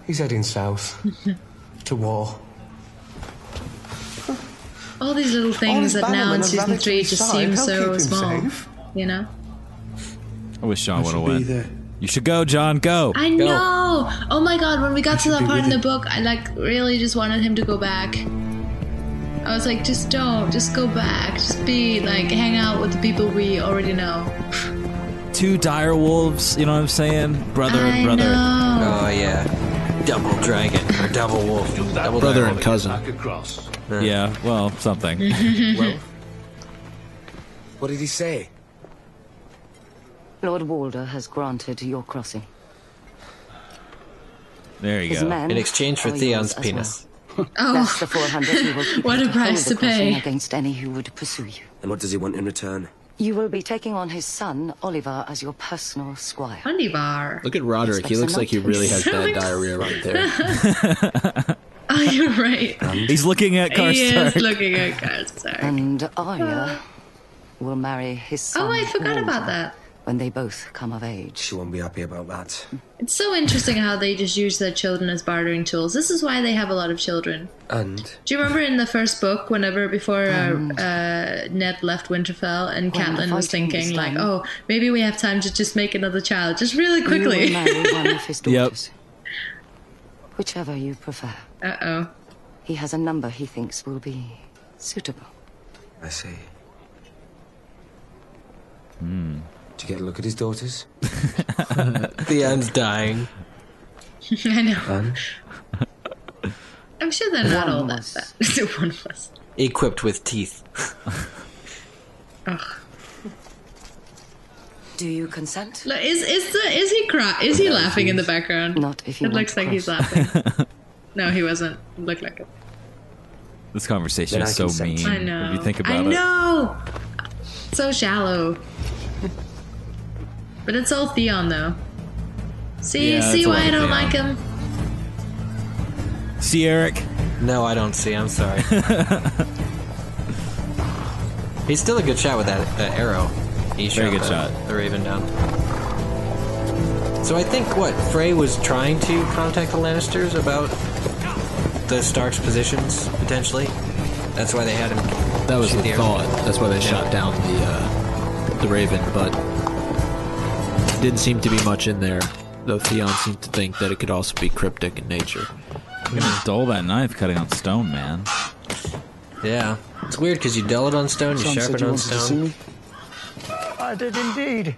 Speaker 13: He's
Speaker 16: (laughs)
Speaker 13: heading south. to war.
Speaker 1: All these little
Speaker 13: All his
Speaker 1: things that
Speaker 13: bannermen
Speaker 1: now in
Speaker 13: have
Speaker 1: season
Speaker 13: vanished
Speaker 1: three just
Speaker 13: inside.
Speaker 1: seem
Speaker 13: They'll keep
Speaker 1: so
Speaker 13: him
Speaker 1: small.
Speaker 13: safe.
Speaker 1: You know?
Speaker 2: I wish
Speaker 5: I
Speaker 2: Sean would
Speaker 5: should
Speaker 2: have
Speaker 5: be
Speaker 2: went. You should go, John. Go.
Speaker 1: I know. know. Oh my god, when we got to
Speaker 17: should
Speaker 1: that
Speaker 17: be
Speaker 1: part in
Speaker 17: with
Speaker 1: the
Speaker 17: it.
Speaker 1: book, I like really just wanted him to go back. I was like, just don't, just go back, just be like, hang out with the people we already know.
Speaker 2: Two dire wolves, you know what I'm saying? Brother
Speaker 1: I
Speaker 2: and brother.
Speaker 1: know.
Speaker 3: Oh yeah, double dragon or double wolf, double
Speaker 2: Brother
Speaker 3: dragon.
Speaker 2: and cousin.
Speaker 3: Back
Speaker 8: across.
Speaker 2: Yeah, well, something.
Speaker 3: Mm-hmm.
Speaker 8: well? What did he say?
Speaker 11: Lord Walder has granted your crossing.
Speaker 2: There
Speaker 11: His men
Speaker 3: In exchange for
Speaker 11: are
Speaker 3: Theon's
Speaker 11: yours as well.
Speaker 3: penis.
Speaker 1: Oh.
Speaker 11: That's the 400 you
Speaker 1: (laughs)
Speaker 11: will keep
Speaker 1: What a
Speaker 11: hold
Speaker 1: price
Speaker 11: the
Speaker 1: to pay.
Speaker 11: crossing against any who would pursue you.
Speaker 8: And what does he want in return?
Speaker 11: You will be taking on his son, Oliver, as your personal squire.
Speaker 1: Oliver.
Speaker 4: Look at Roderick. He looks like he really has bad diarrhea right there.
Speaker 1: (laughs) oh, you're right.
Speaker 2: He's looking at
Speaker 1: He is
Speaker 2: Karstark.
Speaker 1: looking at Karstark.
Speaker 11: And Arya will marry his son.
Speaker 1: Oh, I forgot
Speaker 11: Walder,
Speaker 1: about that.
Speaker 11: When they both come of age.
Speaker 8: She won't be happy about that.
Speaker 3: Mm.
Speaker 1: It's so interesting how they just use their children as bartering tools. This is why they have a lot of children.
Speaker 8: And
Speaker 1: Do you remember in the first book, whenever before uh, uh, Ned left Winterfell, and
Speaker 11: When
Speaker 1: Catelyn was
Speaker 11: fighting is
Speaker 1: thinking like,
Speaker 11: done.
Speaker 1: "Oh, maybe we have time to just make another child, just really quickly."
Speaker 11: You will marry one of
Speaker 3: (laughs)
Speaker 11: his
Speaker 2: Yep.
Speaker 11: daughters. Whichever you prefer.
Speaker 1: (laughs) uh oh.
Speaker 11: He has a number he thinks will be suitable.
Speaker 8: I see. Hmm. Did you get a look at his daughters?
Speaker 3: Theon's dying.
Speaker 1: I know.
Speaker 8: And
Speaker 1: I'm sure they're not
Speaker 11: One
Speaker 1: all that
Speaker 11: was-
Speaker 1: bad. (laughs) One was.
Speaker 3: Equipped with teeth.
Speaker 11: Do you consent?
Speaker 1: Look, Is is the is he cry? Is he laughing in the background?
Speaker 11: Not if you
Speaker 1: It
Speaker 11: want
Speaker 1: looks like
Speaker 11: cross.
Speaker 1: he's laughing.
Speaker 2: (laughs)
Speaker 1: No, he wasn't. It looked like it.
Speaker 2: This conversation
Speaker 8: Then I
Speaker 2: is so
Speaker 8: consent.
Speaker 2: mean.
Speaker 1: I know.
Speaker 2: If you think about
Speaker 1: I
Speaker 2: it.
Speaker 1: know. So shallow. but it's all Theon though. See,
Speaker 2: Yeah,
Speaker 1: see
Speaker 2: it's a lot
Speaker 1: why I
Speaker 2: of
Speaker 1: don't
Speaker 2: Theon.
Speaker 1: like him.
Speaker 2: See, Eric?
Speaker 3: No, I don't see. I'm
Speaker 2: (laughs)
Speaker 3: sorry. He's still a good shot with that, that arrow. He
Speaker 2: Very
Speaker 3: shot
Speaker 2: good
Speaker 3: the,
Speaker 2: shot.
Speaker 3: The Raven down. So I think what Frey was trying to contact the Lannisters about the Stark's positions potentially. That's why they had him.
Speaker 4: That was
Speaker 3: shoot
Speaker 4: the
Speaker 3: arrow.
Speaker 4: thought. That's why they
Speaker 3: Yeah.
Speaker 4: shot down the uh, the Raven, but didn't seem to be much in there. Though Theon seemed to think that it could also be cryptic in nature.
Speaker 2: You're gonna dull that knife cutting on stone, man.
Speaker 3: Yeah, it's weird because you dull it on stone, you sharpen it on stone.
Speaker 12: I did indeed.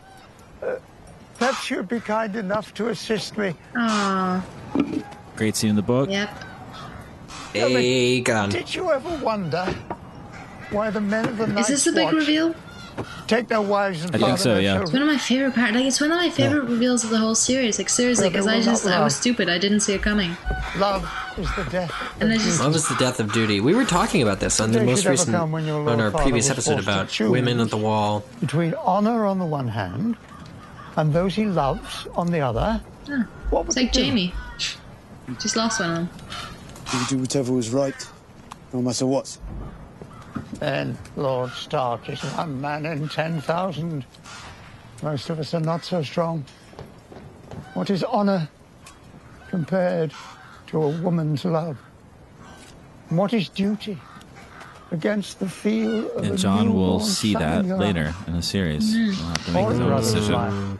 Speaker 12: Uh, perhaps you'd be kind enough to assist me.
Speaker 1: Aw.
Speaker 2: Great scene in the book.
Speaker 1: Yep.
Speaker 3: Hey, gun.
Speaker 12: Did you ever wonder why the men of the
Speaker 1: Is
Speaker 12: Night's
Speaker 1: this a big
Speaker 12: Watch
Speaker 1: reveal?
Speaker 12: take their wives and
Speaker 2: I think
Speaker 12: father
Speaker 2: so,
Speaker 12: their
Speaker 2: yeah.
Speaker 1: It's
Speaker 12: children?
Speaker 1: one of my favorite part. Like, it's one of my favorite reveals of the whole series. Like, seriously,
Speaker 12: Well,
Speaker 1: because
Speaker 12: they
Speaker 1: I
Speaker 12: will not
Speaker 1: just, I was
Speaker 12: laugh.
Speaker 1: stupid. I didn't see it coming.
Speaker 12: Love is the death.
Speaker 1: And I just,
Speaker 3: Love is the death of duty. We were talking about this on the
Speaker 12: They
Speaker 3: most
Speaker 12: should ever
Speaker 3: recent,
Speaker 12: come when your
Speaker 3: on
Speaker 12: Lord
Speaker 3: our
Speaker 12: Father
Speaker 3: previous
Speaker 12: was
Speaker 3: episode
Speaker 12: forced to
Speaker 3: about
Speaker 12: choose.
Speaker 3: women at the wall.
Speaker 12: Between honor on the one hand and those he loves on the other. What
Speaker 1: it's
Speaker 12: would
Speaker 1: like
Speaker 12: you do?
Speaker 1: Jamie. Just lost one of them.
Speaker 18: You do whatever was right, no matter what.
Speaker 12: Then Lord Stark is one man in 10,000. Most of us are not so strong. What is honor compared to a woman's love? And what is duty against the feel of a
Speaker 2: And John will
Speaker 12: newborn
Speaker 2: see
Speaker 12: son
Speaker 2: that
Speaker 12: in your
Speaker 2: later in the series.
Speaker 1: Mm.
Speaker 2: He'll have to make
Speaker 12: Or
Speaker 2: his own
Speaker 12: rather
Speaker 2: decision.
Speaker 12: mine.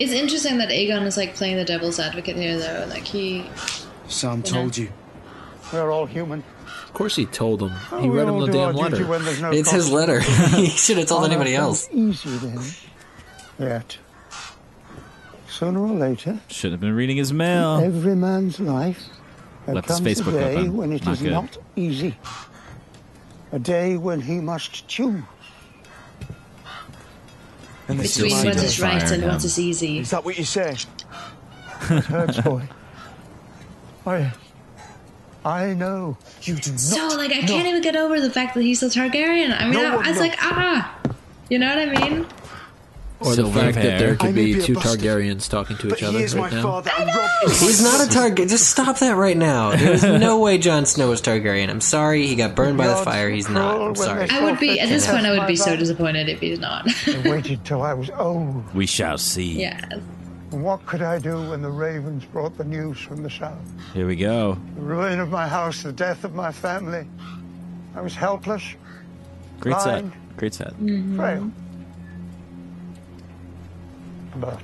Speaker 1: It's interesting that Aegon is like playing the devil's advocate here, though. Like he,
Speaker 18: Sam
Speaker 1: Yeah.
Speaker 18: told you.
Speaker 12: We're all human.
Speaker 4: Of course, he told him.
Speaker 12: Oh,
Speaker 4: He
Speaker 12: we
Speaker 4: read him
Speaker 12: all
Speaker 4: the
Speaker 12: do our
Speaker 4: damn
Speaker 12: duty
Speaker 4: letter.
Speaker 12: when there's no
Speaker 3: It's his
Speaker 12: cost.
Speaker 3: letter. (laughs) he should have told
Speaker 12: Honor
Speaker 3: anybody
Speaker 12: comes
Speaker 3: else.
Speaker 12: Easy then. Yet, sooner or later,
Speaker 2: Should have been reading his mail.
Speaker 12: every man's life. There
Speaker 2: Left his
Speaker 12: comes
Speaker 2: Facebook
Speaker 12: a day
Speaker 2: open.
Speaker 12: when it is
Speaker 2: Not good.
Speaker 12: not easy. A day when he must choose.
Speaker 18: And
Speaker 2: they still
Speaker 1: between
Speaker 2: seem
Speaker 1: what
Speaker 2: to
Speaker 1: is right
Speaker 2: fire
Speaker 1: and
Speaker 2: him.
Speaker 1: what is easy.
Speaker 18: Is that what you say?
Speaker 19: (laughs)
Speaker 12: Herds boy. I, I know.
Speaker 18: You do not.
Speaker 1: So like, I can't even get over the fact that he's a Targaryen. I mean,
Speaker 18: No
Speaker 1: I,
Speaker 18: one
Speaker 1: I was
Speaker 18: knows.
Speaker 1: like, ah, you know what I mean?
Speaker 4: Or the
Speaker 2: Silver
Speaker 4: fact that there
Speaker 2: hair.
Speaker 18: I
Speaker 4: could
Speaker 18: may
Speaker 4: be
Speaker 18: be a
Speaker 4: two
Speaker 18: bastard,
Speaker 4: Targaryens talking to
Speaker 18: But
Speaker 4: each
Speaker 18: he
Speaker 4: other
Speaker 18: is my
Speaker 4: right now.
Speaker 18: father, and Rob is my
Speaker 3: He's not a
Speaker 18: son.
Speaker 3: Targaryen. Just stop that right now. There's (laughs) no way Jon Snow is Targaryen. I'm sorry. He got burned by the
Speaker 12: God's
Speaker 3: fire. He's not.
Speaker 12: control
Speaker 3: I'm
Speaker 12: when
Speaker 3: sorry.
Speaker 12: they-
Speaker 1: I would be at this point. I would be so
Speaker 12: Yeah.
Speaker 1: disappointed if he's not. (laughs)
Speaker 12: I waited till I was old.
Speaker 2: We shall see.
Speaker 1: yeah.
Speaker 12: And what could I do when the ravens brought the news from the south?
Speaker 2: Here we go.
Speaker 12: The ruin of my house, the death of my family. I was helpless,
Speaker 2: Great set.
Speaker 12: Fine.
Speaker 2: Great set.
Speaker 1: Mm.
Speaker 12: frail. But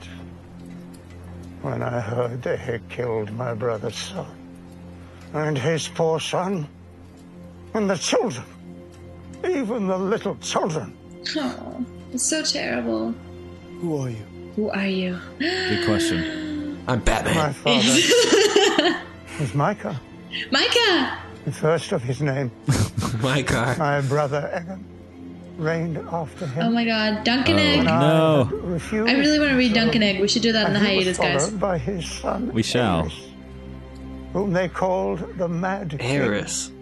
Speaker 12: when I heard they had killed my brother's son. And his poor son. And the children. Even the little
Speaker 2: (laughs)
Speaker 12: children.
Speaker 1: Oh, it's so terrible.
Speaker 12: Who are you?
Speaker 1: Who are you?
Speaker 2: Good question.
Speaker 3: I'm Batman.
Speaker 12: My father was Micah,
Speaker 1: Micah!
Speaker 12: the first of his name.
Speaker 3: My car.
Speaker 12: My brother Egan reigned after him.
Speaker 1: Oh my god, Dunkin' Egg.
Speaker 2: Oh.
Speaker 1: I really want to read Dunkin' Egg. We should do that in
Speaker 12: and
Speaker 1: the
Speaker 12: he
Speaker 1: hiatus,
Speaker 12: was
Speaker 1: guys.
Speaker 12: followed by his son,
Speaker 2: We shall.
Speaker 12: whom they called the Mad King.
Speaker 3: Eris.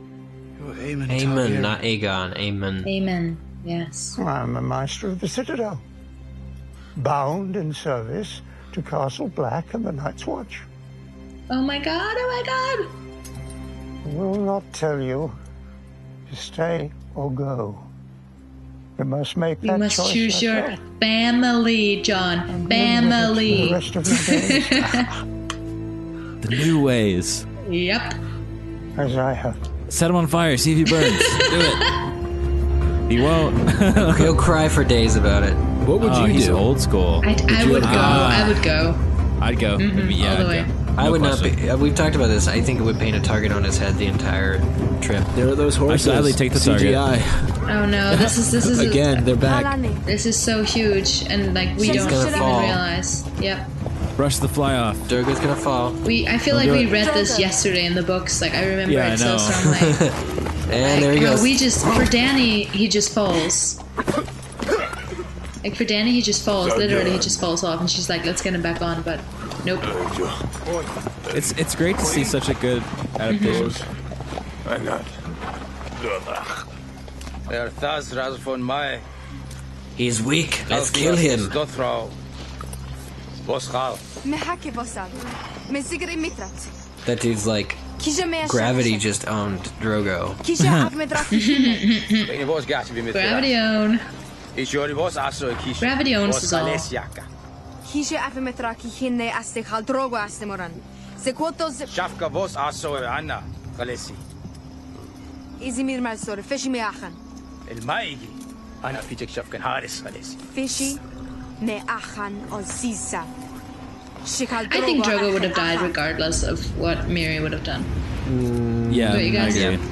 Speaker 12: Aemon,
Speaker 3: Aemon, not Aegon. Aemon.
Speaker 1: Amen. Yes.
Speaker 12: I'm a master of the Citadel, bound in service to Castle Black and the Night's Watch.
Speaker 1: Oh my god, oh my god.
Speaker 12: I will not tell you to stay or go. You must make
Speaker 1: You
Speaker 12: that
Speaker 1: must
Speaker 12: choice
Speaker 1: choose your
Speaker 12: yourself.
Speaker 1: family, John. Family.
Speaker 12: The rest of your days.
Speaker 2: The new ways.
Speaker 1: yep.
Speaker 12: As I have.
Speaker 2: Set him on fire. See if
Speaker 1: (laughs)
Speaker 2: he burns. Do it. He won't. (laughs) He'll
Speaker 3: cry for days about it.
Speaker 2: What
Speaker 3: would you
Speaker 2: Ah, he's
Speaker 3: do?
Speaker 2: Old school.
Speaker 1: I, I would
Speaker 2: Ah.
Speaker 1: go. I would go.
Speaker 2: I'd go.
Speaker 1: Mhm,
Speaker 2: yeah,
Speaker 1: all the
Speaker 2: I'd
Speaker 1: way.
Speaker 2: go.
Speaker 3: I
Speaker 2: No
Speaker 3: would
Speaker 2: question.
Speaker 3: not be. uh, We've talked about this. I think it would paint a target on his head the entire trip.
Speaker 4: There are those horses.
Speaker 2: gladly take the target.
Speaker 4: CGI.
Speaker 1: Oh
Speaker 3: (laughs)
Speaker 1: no, this is this is
Speaker 4: Again, they're back.
Speaker 1: This is so huge, and like we
Speaker 3: She's
Speaker 1: don't
Speaker 3: gonna
Speaker 1: even
Speaker 3: fall.
Speaker 1: realize. Yep.
Speaker 2: Brush the fly off.
Speaker 3: Durga's gonna fall.
Speaker 1: We. I feel
Speaker 2: Don't
Speaker 1: like
Speaker 2: do
Speaker 1: we
Speaker 2: it.
Speaker 1: read this yesterday in the books. Like I remember
Speaker 2: Yeah, I
Speaker 1: it
Speaker 2: know.
Speaker 1: so strongly.
Speaker 2: (laughs)
Speaker 3: and there he
Speaker 1: Bro,
Speaker 3: goes.
Speaker 1: we just for Danny, he just falls. Like for Danny, he just falls.
Speaker 2: So
Speaker 1: Literally, he
Speaker 2: good.
Speaker 1: just falls off, and she's like, "Let's get him back on," but nope.
Speaker 2: It's it's great to see such a good
Speaker 1: Mm-hmm.
Speaker 2: adaptation.
Speaker 6: Why not?
Speaker 3: He's weak. Let's kill him.
Speaker 13: محاكي بوسال من سجري مترات
Speaker 3: That dude's like
Speaker 13: كي جميع
Speaker 3: gravity just owned Drogo.
Speaker 13: كي
Speaker 3: (laughs)
Speaker 13: جاء مدراتي
Speaker 1: Gravity own.
Speaker 13: Gravity owns us all.
Speaker 5: all.
Speaker 13: كي جاء متراكي هن استخال دروغو استمران سكوتوز
Speaker 5: Shafka vos aso Anna Kalesi.
Speaker 13: إزمير مالسور فشي مياخن
Speaker 5: المايجي أنا فيتك شفكن هارس Kalesi.
Speaker 13: فشي مياخن أو سيسا شكال
Speaker 1: I think Drogo would have died regardless of what Miri would have done.
Speaker 2: Yeah,
Speaker 1: Do it, you guys.
Speaker 2: I agree.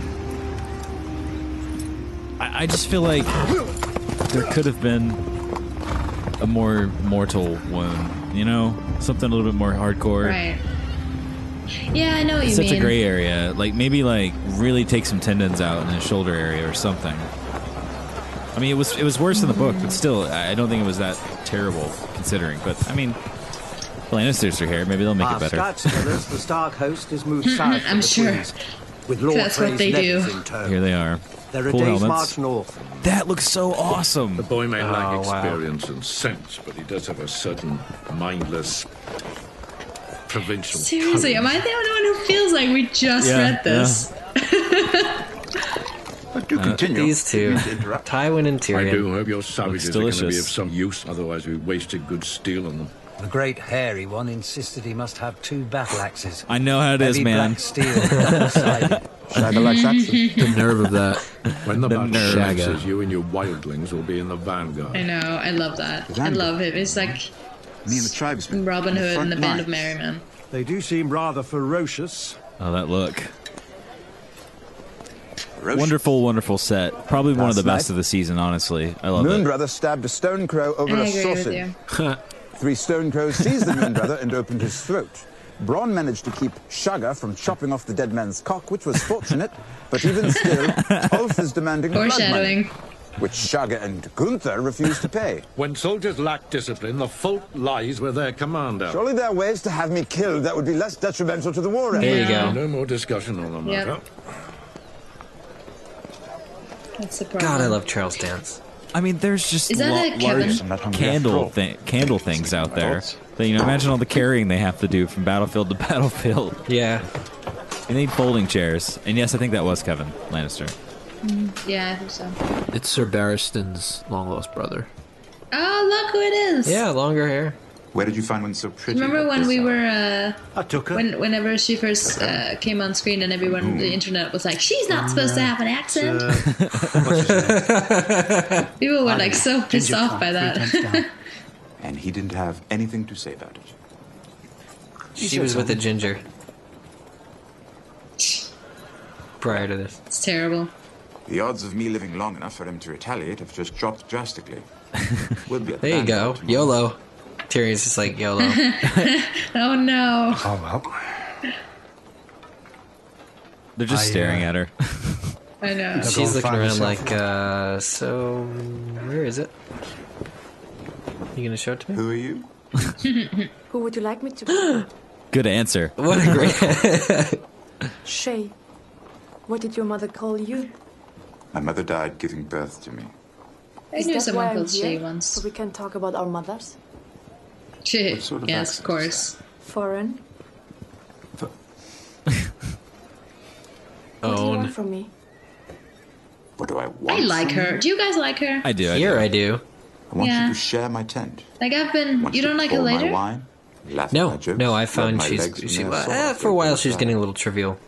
Speaker 2: I, I just feel like there could have been a more mortal wound, you know, something a little bit more hardcore.
Speaker 1: Right. Yeah, I know what you
Speaker 2: It's such
Speaker 1: mean.
Speaker 2: a gray area. Like maybe like really take some tendons out in his shoulder area or something. I mean, it was it was worse in the book, but still, I I don't think it was that terrible considering. But I mean, the Lannisters are here. Maybe they'll
Speaker 5: Ah,
Speaker 2: make it
Speaker 16: After
Speaker 2: better.
Speaker 16: Stark's the Stark host has
Speaker 1: (laughs)
Speaker 16: moved south.
Speaker 1: I'm
Speaker 16: to the
Speaker 1: sure.
Speaker 16: Queen's, With Lord
Speaker 1: That's what
Speaker 16: Frey's
Speaker 1: they do.
Speaker 16: levies in tow.
Speaker 2: Here they are.
Speaker 16: They're a
Speaker 2: Cool
Speaker 16: day's
Speaker 2: helmets.
Speaker 16: march north.
Speaker 2: That looks so awesome.
Speaker 20: The boy may lack
Speaker 2: Oh, wow.
Speaker 20: experience and sense, but he does have a certain mindless provincial.
Speaker 1: Seriously, am I the only one who feels like we just
Speaker 20: Yeah,
Speaker 1: read this?
Speaker 20: Do
Speaker 3: continue. these two. Tywin and Tyrion.
Speaker 20: I do hope your savages are going to be
Speaker 2: delicious.
Speaker 20: of some use, otherwise we wasted good steel on them.
Speaker 16: The great hairy one insisted he must have two battle axes.
Speaker 2: I know how it is,
Speaker 16: Heavy
Speaker 2: man.
Speaker 16: black steel, double-sided.
Speaker 20: Shagger likes axes.
Speaker 4: The nerve of that.
Speaker 20: When the,
Speaker 4: (laughs) The
Speaker 20: battle
Speaker 4: nerve.
Speaker 20: commences, you and your wildlings will be in the vanguard.
Speaker 1: I know. I love that. I
Speaker 16: Xander.
Speaker 1: love him. It's like
Speaker 16: Me and the tribesmen.
Speaker 1: Robin
Speaker 16: on the
Speaker 1: Hood and
Speaker 16: front
Speaker 1: the Band of
Speaker 16: lines.
Speaker 1: Merry Men.
Speaker 16: They do seem rather ferocious.
Speaker 2: Oh, that look. Wonderful, wonderful set. Probably one of
Speaker 19: Last
Speaker 2: the best
Speaker 19: night.
Speaker 2: of the season, honestly. I love
Speaker 19: Moon
Speaker 2: it.
Speaker 19: Brother stabbed a stone crow over
Speaker 1: I
Speaker 19: a
Speaker 1: agree with
Speaker 19: sausage. Three stone
Speaker 1: (laughs)
Speaker 19: crows seized the Moon Brother and opened his throat. Bronn managed to keep Shaga from chopping off the dead man's cock, which was fortunate, but even still, Ulf is demanding blood money,
Speaker 1: Foreshadowing.
Speaker 19: which Shaga and Gunther refuse to pay.
Speaker 20: When soldiers lack discipline, the fault lies with their commander.
Speaker 19: Surely there are ways to have me killed that would be less detrimental to the war effort.
Speaker 20: There you go. No more discussion on the
Speaker 1: Yep.
Speaker 20: matter.
Speaker 1: That's the problem.
Speaker 3: God, I love Charles Dance.
Speaker 2: I mean, there's just
Speaker 1: Is that
Speaker 2: lo-
Speaker 1: a Kevin?
Speaker 2: large
Speaker 1: I'm not hungry
Speaker 2: candle thi- candle things out there. That, you know, imagine all the carrying they have to do from battlefield to (laughs) battlefield.
Speaker 3: Yeah.
Speaker 2: They need folding chairs. And yes, I think that was Kevin Lannister.
Speaker 1: Mm, yeah, I think so.
Speaker 4: It's Sir Barristan's long lost brother.
Speaker 1: Oh, look who it is.
Speaker 3: longer hair.
Speaker 21: Where did you find one so pretty?
Speaker 1: Remember when we were, uh,
Speaker 16: I took her.
Speaker 1: when whenever she first uh, came on screen and everyone, the internet was like, she's not supposed to have an accent. (laughs) People were like so pissed off by that.
Speaker 21: And he didn't have anything to say about it.
Speaker 3: She was with a ginger. Prior to this.
Speaker 1: (laughs) It's terrible.
Speaker 21: The odds of me living long enough for him to retaliate have just dropped
Speaker 3: (laughs)
Speaker 21: drastically. We'll be at
Speaker 3: There you go. YOLO. Tyrion's just like YOLO.
Speaker 1: oh no.
Speaker 16: Oh well.
Speaker 2: They're just
Speaker 3: I, uh,
Speaker 2: staring at her. (laughs)
Speaker 1: I know.
Speaker 3: She's looking around like, uh, so where is it? You gonna show it to me?
Speaker 21: Who are you?
Speaker 14: Who would you like me
Speaker 12: (gasps)
Speaker 14: to be?
Speaker 2: Good answer.
Speaker 3: What a
Speaker 2: great.
Speaker 14: Shay. What did your mother call you?
Speaker 21: My mother died giving birth to me.
Speaker 1: I knew someone called Shay
Speaker 14: once. So we can talk about our mothers?
Speaker 1: Shit.
Speaker 21: sort of
Speaker 1: yes, of course.
Speaker 14: Foreign? What do you
Speaker 3: Own.
Speaker 14: want from me?
Speaker 21: What do I want?
Speaker 1: I like her. Do you guys like her?
Speaker 2: I do.
Speaker 3: Here I do.
Speaker 21: I want
Speaker 1: Yeah.
Speaker 21: you to share my tent.
Speaker 1: Like I've been. You don't like her
Speaker 21: Pour my
Speaker 1: later?
Speaker 21: wine. Laugh at
Speaker 3: No,
Speaker 21: my jokes,
Speaker 3: no, I
Speaker 21: rub
Speaker 3: found
Speaker 21: my
Speaker 3: she's
Speaker 21: legs in
Speaker 3: she,
Speaker 21: their
Speaker 3: well,
Speaker 21: soil.
Speaker 3: eh, for a while she's getting a little trivial.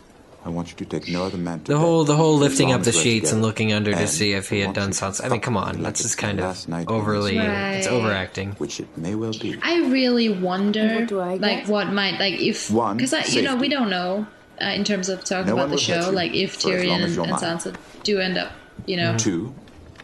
Speaker 21: I want you to take no other man to
Speaker 3: The whole the whole lifting up the
Speaker 21: Songs
Speaker 3: sheets and
Speaker 21: together.
Speaker 3: looking under to
Speaker 21: And
Speaker 3: see if he had done something. I mean, come on, that's just kind of
Speaker 21: night
Speaker 3: overly.
Speaker 1: Right.
Speaker 3: It's overacting.
Speaker 21: Which it may well be.
Speaker 1: I really wonder, like, what might, like, if,
Speaker 21: One,
Speaker 1: because I, you know,
Speaker 21: safety.
Speaker 1: we don't know uh, in terms of talking
Speaker 21: No
Speaker 1: about
Speaker 21: one
Speaker 1: the
Speaker 21: will hurt
Speaker 1: show,
Speaker 21: you
Speaker 1: like, if
Speaker 21: for as long
Speaker 1: Tyrion
Speaker 21: as
Speaker 1: and,
Speaker 21: you're
Speaker 1: and
Speaker 21: mine.
Speaker 1: Sansa do end up, you know,
Speaker 21: Two,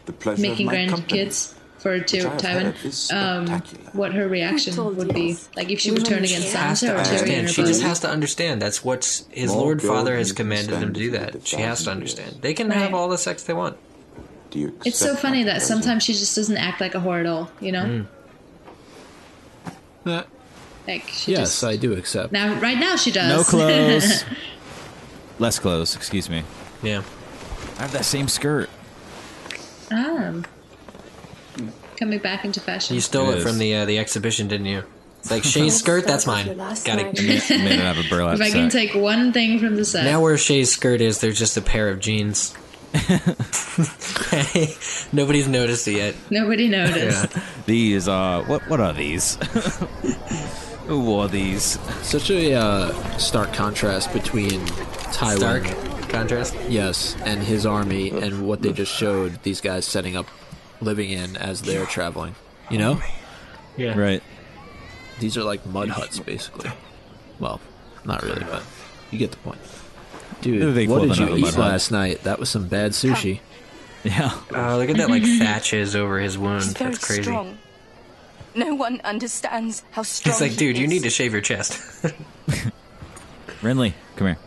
Speaker 21: the pleasure
Speaker 1: making
Speaker 21: of my company.
Speaker 1: grandkids for Ty-
Speaker 21: Which I have
Speaker 1: Tywin,
Speaker 21: heard is
Speaker 1: um, what her reaction would be, like, if she would turn
Speaker 3: She
Speaker 1: against
Speaker 3: has
Speaker 1: Sansa
Speaker 3: to
Speaker 1: or Tyrion
Speaker 3: understand.
Speaker 1: or
Speaker 3: She just
Speaker 1: both.
Speaker 3: has to understand. That's what's his
Speaker 21: More
Speaker 3: Lord Father
Speaker 21: buildings
Speaker 3: has commanded them to do
Speaker 21: standards
Speaker 3: that. She has to
Speaker 21: thousand
Speaker 3: understand. They can have all the sex they want.
Speaker 21: Do you
Speaker 1: It's so
Speaker 21: accept
Speaker 1: funny
Speaker 21: my
Speaker 1: that
Speaker 21: proposal?
Speaker 1: sometimes she just doesn't act like a whore at all, you know? Like, she
Speaker 4: yes,
Speaker 1: just.
Speaker 4: I do accept.
Speaker 1: Now, right now she does.
Speaker 2: No clothes. Less clothes, excuse me.
Speaker 3: Yeah.
Speaker 2: I have that
Speaker 1: (laughs)
Speaker 2: same skirt.
Speaker 1: um, (laughs) coming back into fashion.
Speaker 3: You stole
Speaker 2: It
Speaker 3: it,
Speaker 2: is.
Speaker 3: from the uh, the exhibition, didn't you? It's (laughs) like Shay's skirt. That's mine. Got it.
Speaker 2: Made it out of a burlap
Speaker 1: If I can
Speaker 2: sack.
Speaker 1: take one thing from the set.
Speaker 3: Now where Shay's skirt is, there's just a pair of (laughs) jeans. Nobody's noticed it yet.
Speaker 1: Nobody noticed.
Speaker 2: These are what? What are these? (laughs) Who wore these?
Speaker 4: Such a uh, stark contrast between Tywin.
Speaker 3: Stark contrast.
Speaker 4: Yes, and his army and what they just showed these guys setting up, living in as they're traveling. You know,
Speaker 3: Yeah.
Speaker 2: Right.
Speaker 4: these are like mud huts basically. Well, not really, but you get the point. Dude,
Speaker 2: They
Speaker 4: what
Speaker 2: call
Speaker 4: did
Speaker 2: them
Speaker 4: you
Speaker 2: a mud
Speaker 4: eat
Speaker 2: hut.
Speaker 4: last night? That was some bad sushi.
Speaker 2: Yeah.
Speaker 3: Oh, look at
Speaker 14: (laughs)
Speaker 3: that like thatches over his wound.
Speaker 14: He's very
Speaker 3: That's crazy.
Speaker 14: strong. No one understands how strong
Speaker 3: It's like,
Speaker 14: he
Speaker 3: dude, you
Speaker 14: is.
Speaker 3: need to shave your chest. (laughs)
Speaker 2: Renly, come here.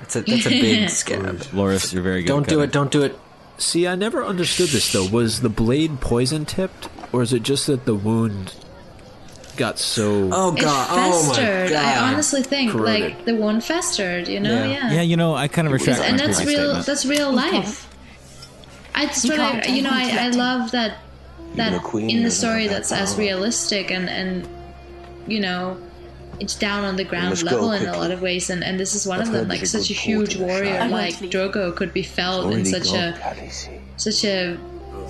Speaker 3: That's a that's a
Speaker 14: (laughs)
Speaker 3: big scab.
Speaker 2: Loris, you're very good.
Speaker 3: Don't do it. Don't do it.
Speaker 4: See, I never understood this though. Was the blade poison tipped, or is it just that the wound got so?
Speaker 3: (laughs) Oh
Speaker 1: It
Speaker 3: god. Oh my
Speaker 1: festered. I
Speaker 3: god.
Speaker 1: honestly think like
Speaker 4: Corroded.
Speaker 1: the one festered. You know,
Speaker 3: Yeah.
Speaker 1: yeah.
Speaker 2: Yeah, you know, I kind of retract my
Speaker 1: and that's
Speaker 2: previous
Speaker 1: real.
Speaker 2: statement.
Speaker 1: That's real life. I just
Speaker 14: You
Speaker 1: when I,
Speaker 14: can't, I
Speaker 1: you know,
Speaker 14: won't
Speaker 1: I, I
Speaker 14: let you.
Speaker 1: love that
Speaker 21: You're
Speaker 1: that
Speaker 21: the queen,
Speaker 1: in
Speaker 21: you
Speaker 1: the
Speaker 21: know
Speaker 1: story
Speaker 21: that
Speaker 1: that's as
Speaker 21: power.
Speaker 1: realistic and and you know. It's down on the ground
Speaker 21: must go
Speaker 1: level in a
Speaker 21: quickly.
Speaker 1: lot of ways, and, and this is one
Speaker 21: I've
Speaker 1: of them.
Speaker 21: heard
Speaker 1: Like
Speaker 21: there's a
Speaker 1: such a
Speaker 21: good
Speaker 1: huge
Speaker 21: port in the
Speaker 1: warrior,
Speaker 14: Shire.
Speaker 1: like
Speaker 14: Only
Speaker 1: Drogo, could be felt in such a such a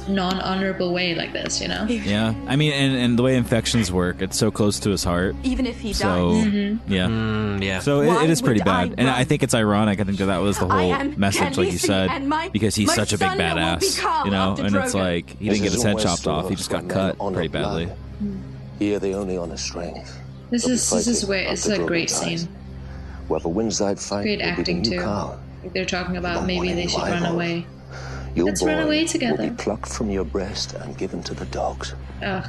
Speaker 1: non-honorable way like this. You know,
Speaker 2: yeah. I mean, and, and the way infections work, it's so close to his heart.
Speaker 14: Even if he
Speaker 2: So
Speaker 14: dies.
Speaker 2: yeah.
Speaker 3: Mm, yeah.
Speaker 2: So it,
Speaker 14: Why
Speaker 2: it is pretty
Speaker 14: would I
Speaker 2: bad, and I
Speaker 14: run?
Speaker 2: think it's ironic. I think that that was the
Speaker 14: I
Speaker 2: whole
Speaker 14: am
Speaker 2: message, like you
Speaker 14: Khaleesi,
Speaker 2: said,
Speaker 14: and my-
Speaker 2: because he's
Speaker 14: my
Speaker 2: such a big
Speaker 14: son will
Speaker 2: badass,
Speaker 14: become
Speaker 2: you know.
Speaker 14: after
Speaker 2: And it's
Speaker 14: Drogon.
Speaker 2: like he didn't get his head chopped off; he just got cut pretty badly.
Speaker 22: Here, the only honest strength.
Speaker 1: this
Speaker 22: They'll be
Speaker 1: is this is
Speaker 22: fighting
Speaker 1: where it's
Speaker 22: after
Speaker 1: a
Speaker 22: Drogon
Speaker 1: great
Speaker 22: dies.
Speaker 1: scene.
Speaker 22: Whoever wins that fight
Speaker 1: Great
Speaker 22: will be the
Speaker 1: acting
Speaker 22: new
Speaker 1: too.
Speaker 22: Khal.
Speaker 1: Like they're talking about
Speaker 22: Don't
Speaker 1: maybe
Speaker 22: want
Speaker 1: they
Speaker 22: any
Speaker 1: should run
Speaker 22: rivals.
Speaker 1: away.
Speaker 22: Your
Speaker 1: Let's run
Speaker 22: boy
Speaker 1: away
Speaker 22: Will
Speaker 1: together.
Speaker 22: be plucked from your breast and given to the dogs.
Speaker 1: Ugh.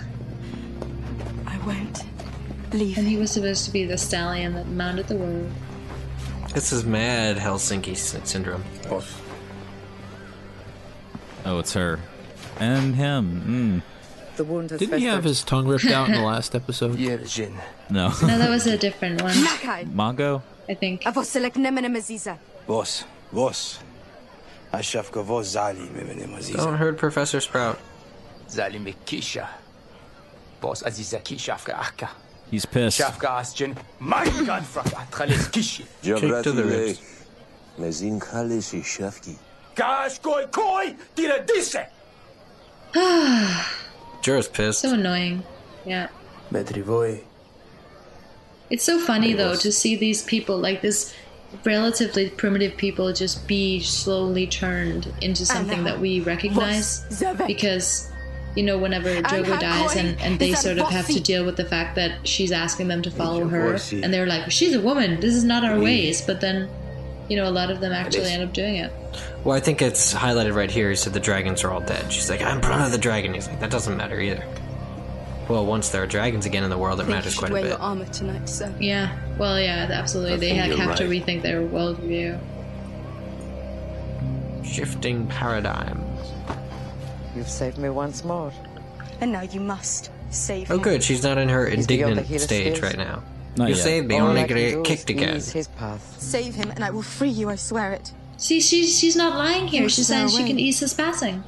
Speaker 14: I won't leave.
Speaker 1: And he was supposed to be the stallion that mounted the world.
Speaker 3: This is mad Helsinki sy- syndrome.
Speaker 2: Oh, it's her and him.
Speaker 23: The wound has
Speaker 4: Didn't he have
Speaker 23: festered.
Speaker 4: his tongue ripped out in
Speaker 1: (laughs)
Speaker 4: the last episode? Yeah, Jin.
Speaker 2: Mm. No, (laughs)
Speaker 1: No, that was a different one,
Speaker 13: Nakaj.
Speaker 2: Mongo.
Speaker 1: I think.
Speaker 13: A voselek nemenem aziza.
Speaker 17: Vos, vos. A szafka vos zali memenem
Speaker 3: Don't
Speaker 17: aziza.
Speaker 3: hurt Professor Sprout.
Speaker 24: Zalimi Kisha. Boss Aziza Kisha Afka Akka.
Speaker 2: He's pissed.
Speaker 24: Shafka Asjin. My God, Frak Atrales Kishi.
Speaker 3: Kick to the ribs.
Speaker 22: Mezin Khaleesi Shafki.
Speaker 24: Gash Koi Koi Dira Dise.
Speaker 3: Jura's pissed.
Speaker 1: so annoying. Yeah.
Speaker 17: Metrivoi.
Speaker 1: It's so funny though to see these people like this relatively primitive people just be slowly turned into something
Speaker 13: Anna
Speaker 1: that we recognize
Speaker 13: was the vet.
Speaker 1: because you know, whenever Drogo
Speaker 13: her
Speaker 1: dies
Speaker 13: calling
Speaker 1: and, and they
Speaker 13: is a
Speaker 1: sort of have to
Speaker 13: bossy-
Speaker 1: deal with the fact that she's asking them to follow her.
Speaker 13: bossy.
Speaker 1: And they're like, she's a woman. This is not our
Speaker 3: Yeah.
Speaker 1: ways. But then, you know, a lot of them actually
Speaker 3: Mm. is.
Speaker 1: end up doing it.
Speaker 3: Well, I think it's highlighted right here. He said the dragons are all dead. She's like, I'm proud of the dragon. He's like, that doesn't matter either. Well, once there are dragons again in the world, it
Speaker 14: think you
Speaker 3: matters
Speaker 14: should
Speaker 3: quite a
Speaker 14: wear
Speaker 3: bit.
Speaker 14: your armor tonight, sir.
Speaker 1: Yeah. Well, yeah, absolutely.
Speaker 3: I
Speaker 1: They
Speaker 3: think
Speaker 1: ha-
Speaker 3: you're
Speaker 1: have to
Speaker 3: right.
Speaker 1: rethink their worldview.
Speaker 3: Shifting paradigm.
Speaker 7: You've saved me once more.
Speaker 14: And now you must save
Speaker 3: Oh,
Speaker 14: him.
Speaker 3: good. She's not in her
Speaker 7: He's beyond
Speaker 3: indignant
Speaker 7: the healer's
Speaker 3: stage
Speaker 7: skills.
Speaker 3: right now.
Speaker 7: Not
Speaker 3: you
Speaker 7: yet.
Speaker 3: saved me,
Speaker 7: All
Speaker 3: only
Speaker 7: I can do
Speaker 3: get
Speaker 7: is
Speaker 3: kicked again.
Speaker 7: ease his path.
Speaker 14: Save him, and I will free you, I swear it.
Speaker 1: See, she's she's not lying here.
Speaker 14: Yes,
Speaker 1: She's
Speaker 14: they're
Speaker 1: saying she
Speaker 14: away.
Speaker 1: can ease his passing.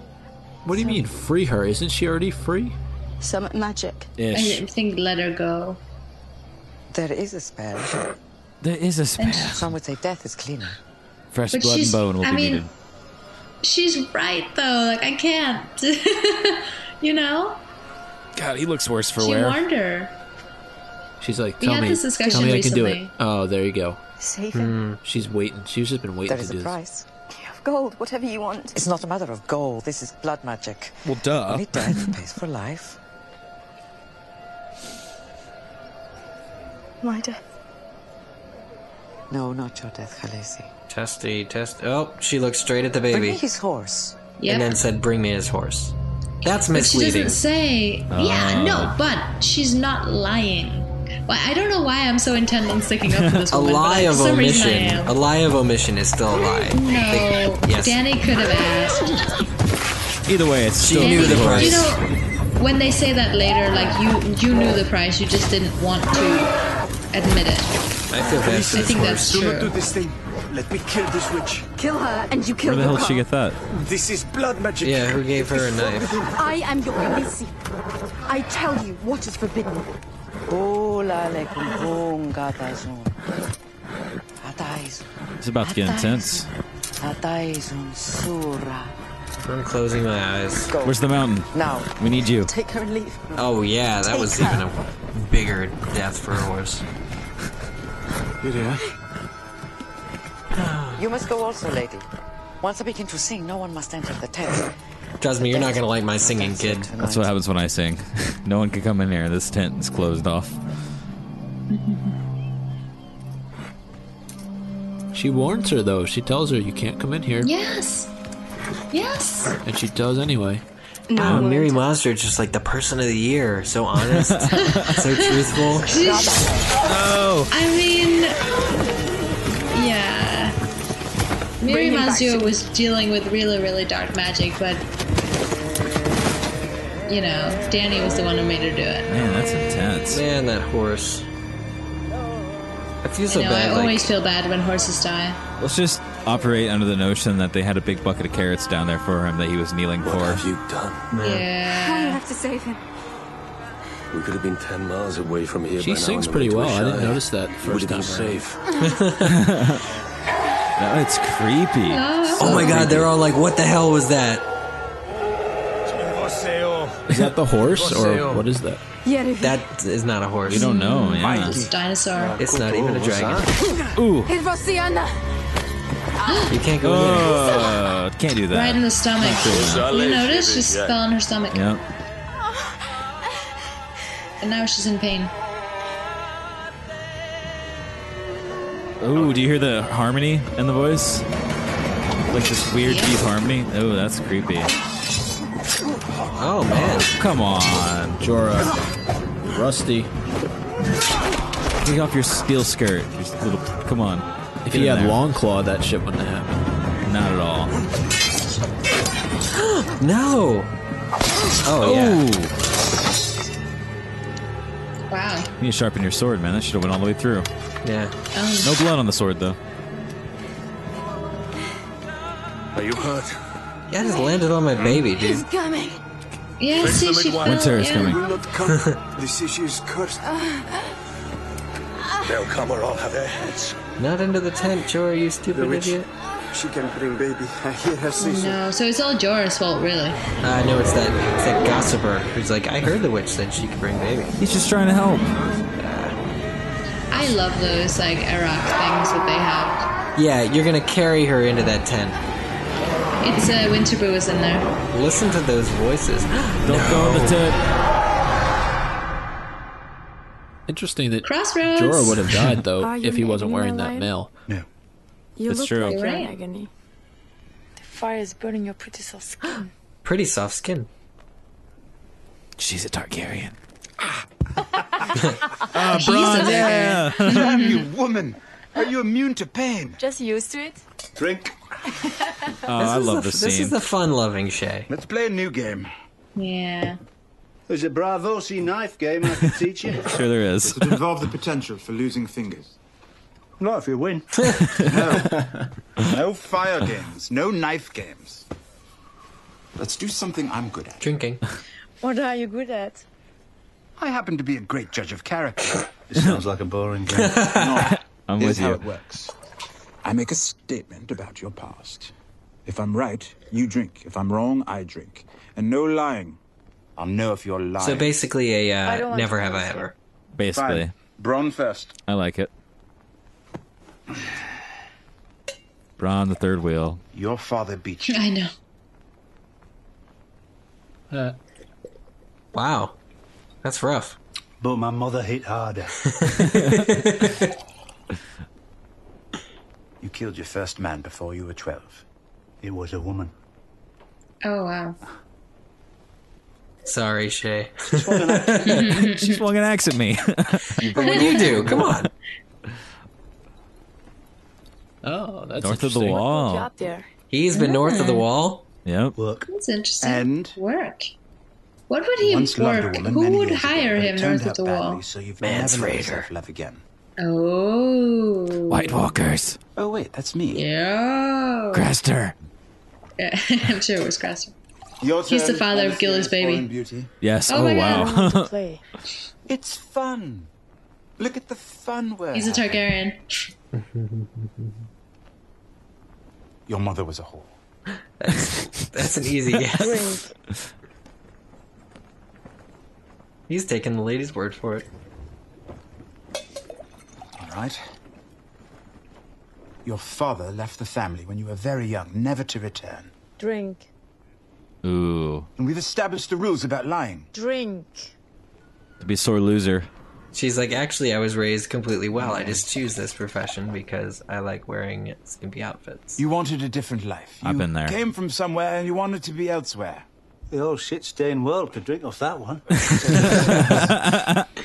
Speaker 4: What do you mean free her? Isn't she already free?
Speaker 14: Some magic.
Speaker 1: I think let her go.
Speaker 7: There is a spell.
Speaker 2: There is a spell.
Speaker 7: Some would say death is cleaner.
Speaker 2: Fresh
Speaker 1: But
Speaker 2: blood
Speaker 1: she's-
Speaker 2: and bone will
Speaker 1: I
Speaker 2: be
Speaker 1: mean-
Speaker 2: needed.
Speaker 1: She's right though. Like I can't. (laughs) you know,
Speaker 2: God, he looks worse for
Speaker 1: she
Speaker 2: wear.
Speaker 1: warned her.
Speaker 4: She's like,
Speaker 1: We
Speaker 4: tell
Speaker 1: had
Speaker 4: me,
Speaker 1: this discussion
Speaker 4: tell me I can do it.
Speaker 1: recently.
Speaker 4: Oh, there you go.
Speaker 14: Save him.
Speaker 4: She's waiting. She's just been waiting
Speaker 7: There is
Speaker 4: to
Speaker 7: a
Speaker 4: do this.
Speaker 7: price.
Speaker 14: Of gold, whatever you want.
Speaker 7: It's not a matter of gold. This is blood magic.
Speaker 2: Well, duh.
Speaker 7: Only death pays for life.
Speaker 14: (laughs) My death.
Speaker 7: No, not your death, Khaleesi.
Speaker 3: Testy, test. Oh, she looked straight at the
Speaker 7: Bring
Speaker 3: baby.
Speaker 7: me his horse.
Speaker 1: Yep.
Speaker 3: And then said, "Bring me his horse." That's
Speaker 1: But she
Speaker 3: misleading.
Speaker 1: doesn't say. Yeah,
Speaker 3: Oh.
Speaker 1: no, but she's not lying. Well, I don't know why I'm so intent on sticking up for this
Speaker 3: a
Speaker 1: woman.
Speaker 3: lie
Speaker 1: but
Speaker 3: of
Speaker 1: for some reason I
Speaker 3: omission.
Speaker 1: am.
Speaker 3: A lie of omission is still a lie.
Speaker 1: No,
Speaker 3: Yes.
Speaker 1: Danny could have asked.
Speaker 2: Either way, it's
Speaker 3: She
Speaker 2: still
Speaker 3: knew the
Speaker 2: good
Speaker 3: price.
Speaker 1: You know, when they say that later, like you you knew the price, you just didn't want to admit it.
Speaker 3: I feel bad for
Speaker 1: I
Speaker 3: this
Speaker 1: think
Speaker 3: horse.
Speaker 1: that's
Speaker 17: Do
Speaker 1: true.
Speaker 17: not do this thing. Let me kill this witch.
Speaker 13: Kill her and you
Speaker 2: Where
Speaker 13: kill
Speaker 2: the hell
Speaker 13: the
Speaker 2: did she get that?
Speaker 17: This is blood magic.
Speaker 3: Yeah, who gave her a knife?
Speaker 13: I am your Khaleesi. I tell you what is forbidden.
Speaker 7: Hola, le kumbung gatasun. Ataisun.
Speaker 2: It's about to get intense.
Speaker 7: Ataisun sura.
Speaker 3: I'm closing my eyes.
Speaker 2: Where's the mountain?
Speaker 7: Now.
Speaker 2: We need you.
Speaker 14: Take her and leave.
Speaker 3: Oh yeah, that was
Speaker 14: Take
Speaker 3: even a bigger death for a horse.
Speaker 7: You must go also, lady. Once I begin to sing, no one must enter the tent.
Speaker 3: Jasmine, you're not gonna like my singing, kid.
Speaker 2: That's what happens when I sing. (laughs) No one can come in here. This tent is closed off.
Speaker 4: She warns her though. She tells her you can't come in here,
Speaker 1: Yes. Yes.
Speaker 4: and she does anyway.
Speaker 3: Wow, Miri Monster Uh, is just like the person of the year.
Speaker 1: (laughs)
Speaker 3: So honest, so truthful. Oh.
Speaker 1: I mean, yeah. Miri
Speaker 13: Bring him back
Speaker 1: Mazur was dealing with really, really dark magic, but you know, Danny was the one who made her do it.
Speaker 2: Man, that's intense.
Speaker 3: Man, that horse. I feel so
Speaker 1: you know,
Speaker 3: bad.
Speaker 1: I
Speaker 3: like,
Speaker 1: always feel bad when horses die.
Speaker 2: Let's just operate under the notion that they had a big bucket of carrots down there for him that he was kneeling for. What have you done?
Speaker 13: I have to save him.
Speaker 22: We could have been ten miles away from here.
Speaker 4: She
Speaker 22: by now
Speaker 4: sings
Speaker 22: on the way
Speaker 4: pretty
Speaker 22: to
Speaker 4: well. I didn't
Speaker 22: Ashaya.
Speaker 4: notice that the
Speaker 22: You would have
Speaker 4: first
Speaker 22: been
Speaker 4: time.
Speaker 22: safe.
Speaker 2: No, it's creepy.
Speaker 3: oh my god, they're all like, "What the hell was that?"
Speaker 4: Is that the horse or what is that?
Speaker 3: That is not a horse.
Speaker 2: You don't know, yeah.
Speaker 1: It's a dinosaur.
Speaker 3: It's not even a dragon.
Speaker 2: Ooh.
Speaker 13: It was Sienna.
Speaker 3: You can't go in there.
Speaker 2: Oh, can't do that.
Speaker 1: Right in the stomach.
Speaker 2: Not doing that.
Speaker 1: You notice? She fell on her stomach.
Speaker 2: Yep.
Speaker 1: And now she's in pain.
Speaker 2: Ooh, do you hear the harmony in the voice? Like this weird deep harmony? Oh, that's creepy.
Speaker 3: Oh man.
Speaker 2: Come on.
Speaker 4: Jorah, Rusty.
Speaker 2: Take off your steel skirt. Just little come on.
Speaker 4: If
Speaker 2: Get
Speaker 4: he
Speaker 2: in
Speaker 4: had
Speaker 2: there.
Speaker 4: long claw, that shit wouldn't have happened.
Speaker 2: Not at all.
Speaker 3: No. Oh yeah.
Speaker 2: Ooh.
Speaker 1: Wow.
Speaker 2: You need to sharpen your sword, man. That should have went all the way through.
Speaker 3: Yeah.
Speaker 1: Um,
Speaker 2: No blood on the sword though.
Speaker 20: Are you hurt?
Speaker 3: Yeah, I just landed on my baby, dude.
Speaker 13: Coming.
Speaker 1: Yeah, see, she fell.
Speaker 2: Winter is
Speaker 1: yeah.
Speaker 2: coming.
Speaker 17: Will not come. this issue is cursed. They'll come or I'll have their heads.
Speaker 3: Not into the tent, Jorah, you
Speaker 17: The
Speaker 3: stupid
Speaker 17: witch.
Speaker 3: idiot.
Speaker 17: She can bring baby. I hear her say so.
Speaker 1: No, so it's all Jorah's fault, really.
Speaker 3: I know it's that it's that gossiper who's like, I heard the witch said she could bring baby.
Speaker 2: He's just trying to help.
Speaker 1: I love those like Iraq things that they have.
Speaker 3: Yeah, you're gonna carry her into that tent.
Speaker 1: It's uh, Winterboo is in there.
Speaker 3: Listen to those voices. (gasps)
Speaker 2: Don't go on the tip.
Speaker 4: Interesting that
Speaker 1: Crossroads.
Speaker 4: Jorah would have
Speaker 1: (laughs)
Speaker 4: died though
Speaker 14: Are you
Speaker 4: if he wasn't
Speaker 14: making
Speaker 4: wearing
Speaker 14: my
Speaker 4: that
Speaker 14: line?
Speaker 4: mail.
Speaker 25: Yeah.
Speaker 14: You
Speaker 4: That's
Speaker 14: look
Speaker 4: true.
Speaker 14: like you're in
Speaker 1: Right.
Speaker 14: agony. The fire is burning your pretty soft skin.
Speaker 3: Pretty soft skin.
Speaker 2: She's a Targaryen.
Speaker 25: Ah,
Speaker 1: She's Bronn, a yeah.
Speaker 25: Damn you, woman. Are you immune to pain?
Speaker 14: Just used to it.
Speaker 25: Drink.
Speaker 3: Oh,
Speaker 2: I love this
Speaker 3: This
Speaker 2: scene.
Speaker 3: is the fun-loving Shay.
Speaker 21: Let's play a new game.
Speaker 1: Yeah.
Speaker 21: There's a Bravosi knife game I can teach you.
Speaker 2: Sure, there is.
Speaker 5: It involved the potential for losing fingers.
Speaker 21: (laughs) Not if you win.
Speaker 5: No
Speaker 21: (laughs)
Speaker 5: fire games, no knife games. Let's do something I'm good at.
Speaker 2: (laughs)
Speaker 3: Drinking.
Speaker 14: What are you good at?
Speaker 21: I happen to be a great judge of character. This sounds like a boring (laughs) game.
Speaker 2: (laughs) I'm
Speaker 5: Here's
Speaker 2: with
Speaker 5: how
Speaker 2: you.
Speaker 5: it works. I make a statement about your past. If I'm right, you drink. If I'm wrong, I drink. And no lying.
Speaker 21: I'll know if you're lying.
Speaker 3: So basically, a
Speaker 14: I don't
Speaker 3: uh,
Speaker 14: want
Speaker 3: never
Speaker 14: to
Speaker 3: have I
Speaker 14: answer.
Speaker 3: ever.
Speaker 2: Basically,
Speaker 21: Fine. Bron first.
Speaker 2: I like it. Bron, the third wheel.
Speaker 21: Your father beat you.
Speaker 1: I know.
Speaker 3: Wow, that's rough.
Speaker 9: But my mother hit
Speaker 4: (laughs)
Speaker 9: harder.
Speaker 21: You killed your first man before you were 12.
Speaker 9: It was a woman.
Speaker 1: Oh wow.
Speaker 3: Sorry, Shay.
Speaker 2: She's swung an axe at (laughs) me.
Speaker 3: What do you do? Come on.
Speaker 4: Oh, that's
Speaker 2: North of the
Speaker 4: interesting.
Speaker 14: Good
Speaker 2: wall.
Speaker 14: job there.
Speaker 3: (laughs) He's been north of the wall.
Speaker 2: Yep.
Speaker 9: Work.
Speaker 1: That's interesting.
Speaker 21: And
Speaker 1: work. What would he
Speaker 21: once loved a
Speaker 1: work?
Speaker 21: woman
Speaker 1: Who
Speaker 21: many
Speaker 1: would
Speaker 21: years ago,
Speaker 1: hire
Speaker 21: but it
Speaker 1: him
Speaker 21: turned
Speaker 1: north of
Speaker 21: out
Speaker 1: the
Speaker 21: badly,
Speaker 1: wall?
Speaker 21: So you've
Speaker 3: Mance
Speaker 21: never let
Speaker 3: Raider.
Speaker 21: yourself love again.
Speaker 1: Oh.
Speaker 2: White Walkers.
Speaker 21: Oh wait, that's me.
Speaker 14: (laughs)
Speaker 1: Yeah.
Speaker 2: Craster.
Speaker 1: Yeah, I'm sure it was Craster.
Speaker 21: Your
Speaker 1: He's the
Speaker 21: turn,
Speaker 1: father of
Speaker 21: Alistair,
Speaker 1: Gilly's baby.
Speaker 21: Foreign Beauty.
Speaker 2: Yes.
Speaker 1: Oh
Speaker 2: Oh,
Speaker 1: my God.
Speaker 2: wow.
Speaker 14: Play.
Speaker 21: It's fun. Look at the fun we're
Speaker 1: He's a
Speaker 21: having.
Speaker 1: Targaryen.
Speaker 5: Your mother was a whore.
Speaker 3: That's an
Speaker 1: (laughs)
Speaker 3: easy guess. He's taking the lady's word for it.
Speaker 5: All right.
Speaker 21: Your father left the family when you were very young, never to return.
Speaker 14: Drink.
Speaker 2: (laughs) Ooh.
Speaker 21: And we've established the rules about lying.
Speaker 14: Drink.
Speaker 2: To be a sore loser.
Speaker 3: She's like, actually, I was raised completely well. I just choose this profession because I like wearing skimpy outfits.
Speaker 21: You wanted a different life.
Speaker 2: I've
Speaker 21: You
Speaker 2: been there.
Speaker 21: Came from somewhere and you wanted to be elsewhere.
Speaker 9: The old shit-stained world could drink off that
Speaker 21: (laughs)
Speaker 9: one.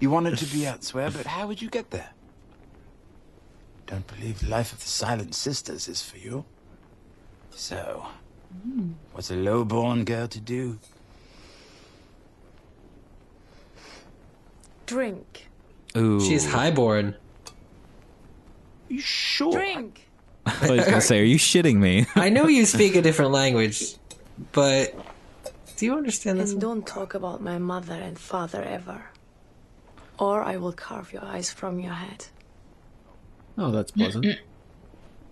Speaker 21: You wanted to be elsewhere, but how would you get there? Don't believe the life of the Silent Sisters is for you. So,
Speaker 14: Hmm.
Speaker 21: what's a low-born girl to do?
Speaker 14: Drink.
Speaker 2: Ooh.
Speaker 3: She's highborn.
Speaker 21: You sure?
Speaker 14: Drink.
Speaker 2: I was gonna say, are you shitting me? (laughs)
Speaker 3: I know you speak a different language, but do you understand this?
Speaker 14: And
Speaker 3: one?
Speaker 14: don't talk about my mother and father ever. Or I will carve your eyes from your head.
Speaker 4: Oh, that's pleasant.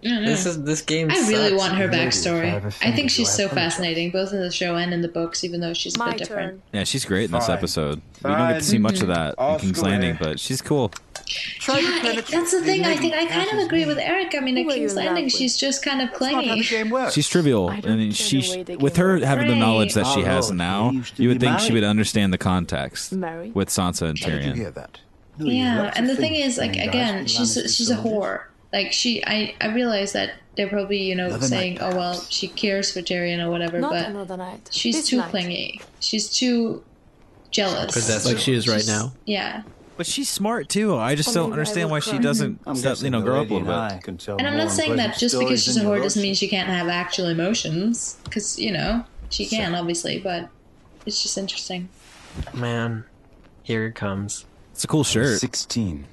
Speaker 3: This is this game.
Speaker 1: I really
Speaker 3: sucks.
Speaker 1: want her backstory.
Speaker 21: If I ever
Speaker 1: I think
Speaker 21: offended
Speaker 1: she's
Speaker 21: you, I
Speaker 1: so
Speaker 21: apologize.
Speaker 1: fascinating, both in the show and in the books, even though she's a
Speaker 14: My
Speaker 1: bit different.
Speaker 14: turn.
Speaker 2: Yeah, she's great in this
Speaker 21: Fine.
Speaker 2: episode. We don't get to see
Speaker 21: Fine.
Speaker 2: much of that in
Speaker 21: Off
Speaker 2: King's
Speaker 21: the way.
Speaker 2: Landing, but she's cool.
Speaker 21: Try to
Speaker 1: Yeah, it-
Speaker 21: penetrate
Speaker 1: that's the thing. I think I
Speaker 21: lady
Speaker 1: kind of
Speaker 21: else's
Speaker 1: agree with
Speaker 21: knee.
Speaker 1: Eric. I mean,
Speaker 14: Who
Speaker 1: in
Speaker 14: are you
Speaker 1: King's
Speaker 14: in love
Speaker 1: Landing,
Speaker 14: with?
Speaker 1: she's just kind of
Speaker 21: That's not how the
Speaker 1: clingy.
Speaker 21: game works.
Speaker 2: She's trivial.
Speaker 14: I
Speaker 2: I,
Speaker 14: don't
Speaker 2: mean,
Speaker 14: care
Speaker 2: she
Speaker 14: the way they
Speaker 2: with
Speaker 14: give
Speaker 2: her
Speaker 14: it.
Speaker 2: having the
Speaker 1: Right.
Speaker 2: knowledge that she
Speaker 21: Oh,
Speaker 2: has
Speaker 21: he
Speaker 2: now,
Speaker 21: used to
Speaker 2: you would
Speaker 21: be
Speaker 2: think she
Speaker 21: married.
Speaker 2: would understand the context
Speaker 14: Married?
Speaker 2: with Sansa and
Speaker 21: How did you
Speaker 2: Tyrion.
Speaker 21: hear that?
Speaker 1: Yeah, and the thing is, like,
Speaker 21: Guys,
Speaker 1: again,
Speaker 21: Lannisters
Speaker 1: she's a, she's a
Speaker 21: soldiers.
Speaker 1: whore. Like she, I, I realize that they're probably, you know,
Speaker 21: Another night,
Speaker 1: saying, "Oh well,
Speaker 21: perhaps.
Speaker 1: she cares for Tyrion or whatever,"
Speaker 14: Not
Speaker 1: but
Speaker 14: another night.
Speaker 1: she's
Speaker 14: This
Speaker 1: too
Speaker 14: night.
Speaker 1: clingy. She's too jealous.
Speaker 3: Possessive.
Speaker 4: Like she is right
Speaker 1: She's-
Speaker 4: now.
Speaker 1: Yeah,
Speaker 2: But she's smart too. I just
Speaker 14: Or
Speaker 2: don't
Speaker 14: maybe Oh I
Speaker 2: understand
Speaker 14: will
Speaker 2: why she
Speaker 14: cry.
Speaker 2: doesn't, step,
Speaker 9: guessing
Speaker 2: you know,
Speaker 9: the
Speaker 2: grow up a
Speaker 9: lady
Speaker 2: little
Speaker 9: and I
Speaker 2: bit.
Speaker 9: can tell
Speaker 1: and I'm
Speaker 9: more
Speaker 1: not saying
Speaker 9: unpleasant
Speaker 1: that just because
Speaker 9: stories
Speaker 1: she's a
Speaker 9: than your
Speaker 1: whore doesn't
Speaker 9: lordship.
Speaker 1: mean she can't have actual emotions, because you know she can, obviously, but it's just interesting.
Speaker 3: Man, here it comes.
Speaker 2: It's a cool shirt,
Speaker 21: 16.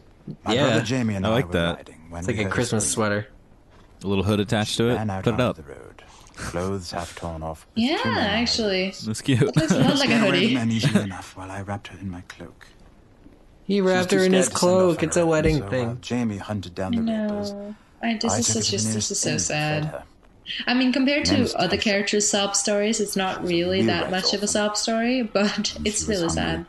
Speaker 21: My
Speaker 3: Yeah.
Speaker 21: brother Jamie and
Speaker 2: I
Speaker 21: I,
Speaker 2: like
Speaker 21: were
Speaker 2: that.
Speaker 21: riding when
Speaker 3: It's like
Speaker 21: we
Speaker 3: a
Speaker 21: heard
Speaker 3: Christmas
Speaker 21: scream.
Speaker 3: sweater.
Speaker 2: a little hood attached to
Speaker 21: Ran
Speaker 2: it.
Speaker 21: out
Speaker 2: Put it
Speaker 21: onto
Speaker 2: up.
Speaker 21: The road. Clothes half
Speaker 1: (laughs)
Speaker 21: torn off. with
Speaker 1: Yeah,
Speaker 21: two men riding.
Speaker 1: actually,
Speaker 2: That's cute.
Speaker 1: looks a lot like a
Speaker 21: Ran away with
Speaker 1: hoodie. (laughs)
Speaker 21: men easily enough while I wrapped her in my cloak.
Speaker 3: He
Speaker 21: She was
Speaker 3: wrapped
Speaker 21: too
Speaker 3: her in his
Speaker 21: scared to send off on
Speaker 3: cloak.
Speaker 21: her
Speaker 3: It's a
Speaker 21: own,
Speaker 3: wedding
Speaker 21: so while
Speaker 3: thing.
Speaker 21: Jamie hunted down
Speaker 1: I
Speaker 21: the raiders.
Speaker 1: know. I
Speaker 21: I
Speaker 1: this
Speaker 21: took her
Speaker 1: is
Speaker 21: to
Speaker 1: such just
Speaker 21: the
Speaker 1: this
Speaker 21: nearest
Speaker 1: is so
Speaker 21: inn and fed
Speaker 1: sad.
Speaker 21: her.
Speaker 1: I mean, compared to
Speaker 21: Men's
Speaker 1: other
Speaker 21: passion.
Speaker 1: characters' sob stories, it's not really
Speaker 21: Real
Speaker 1: that
Speaker 21: life
Speaker 1: much of a
Speaker 21: often.
Speaker 1: sob story, (laughs) but
Speaker 21: And
Speaker 1: it's
Speaker 21: she was
Speaker 1: really sad.
Speaker 21: hungry.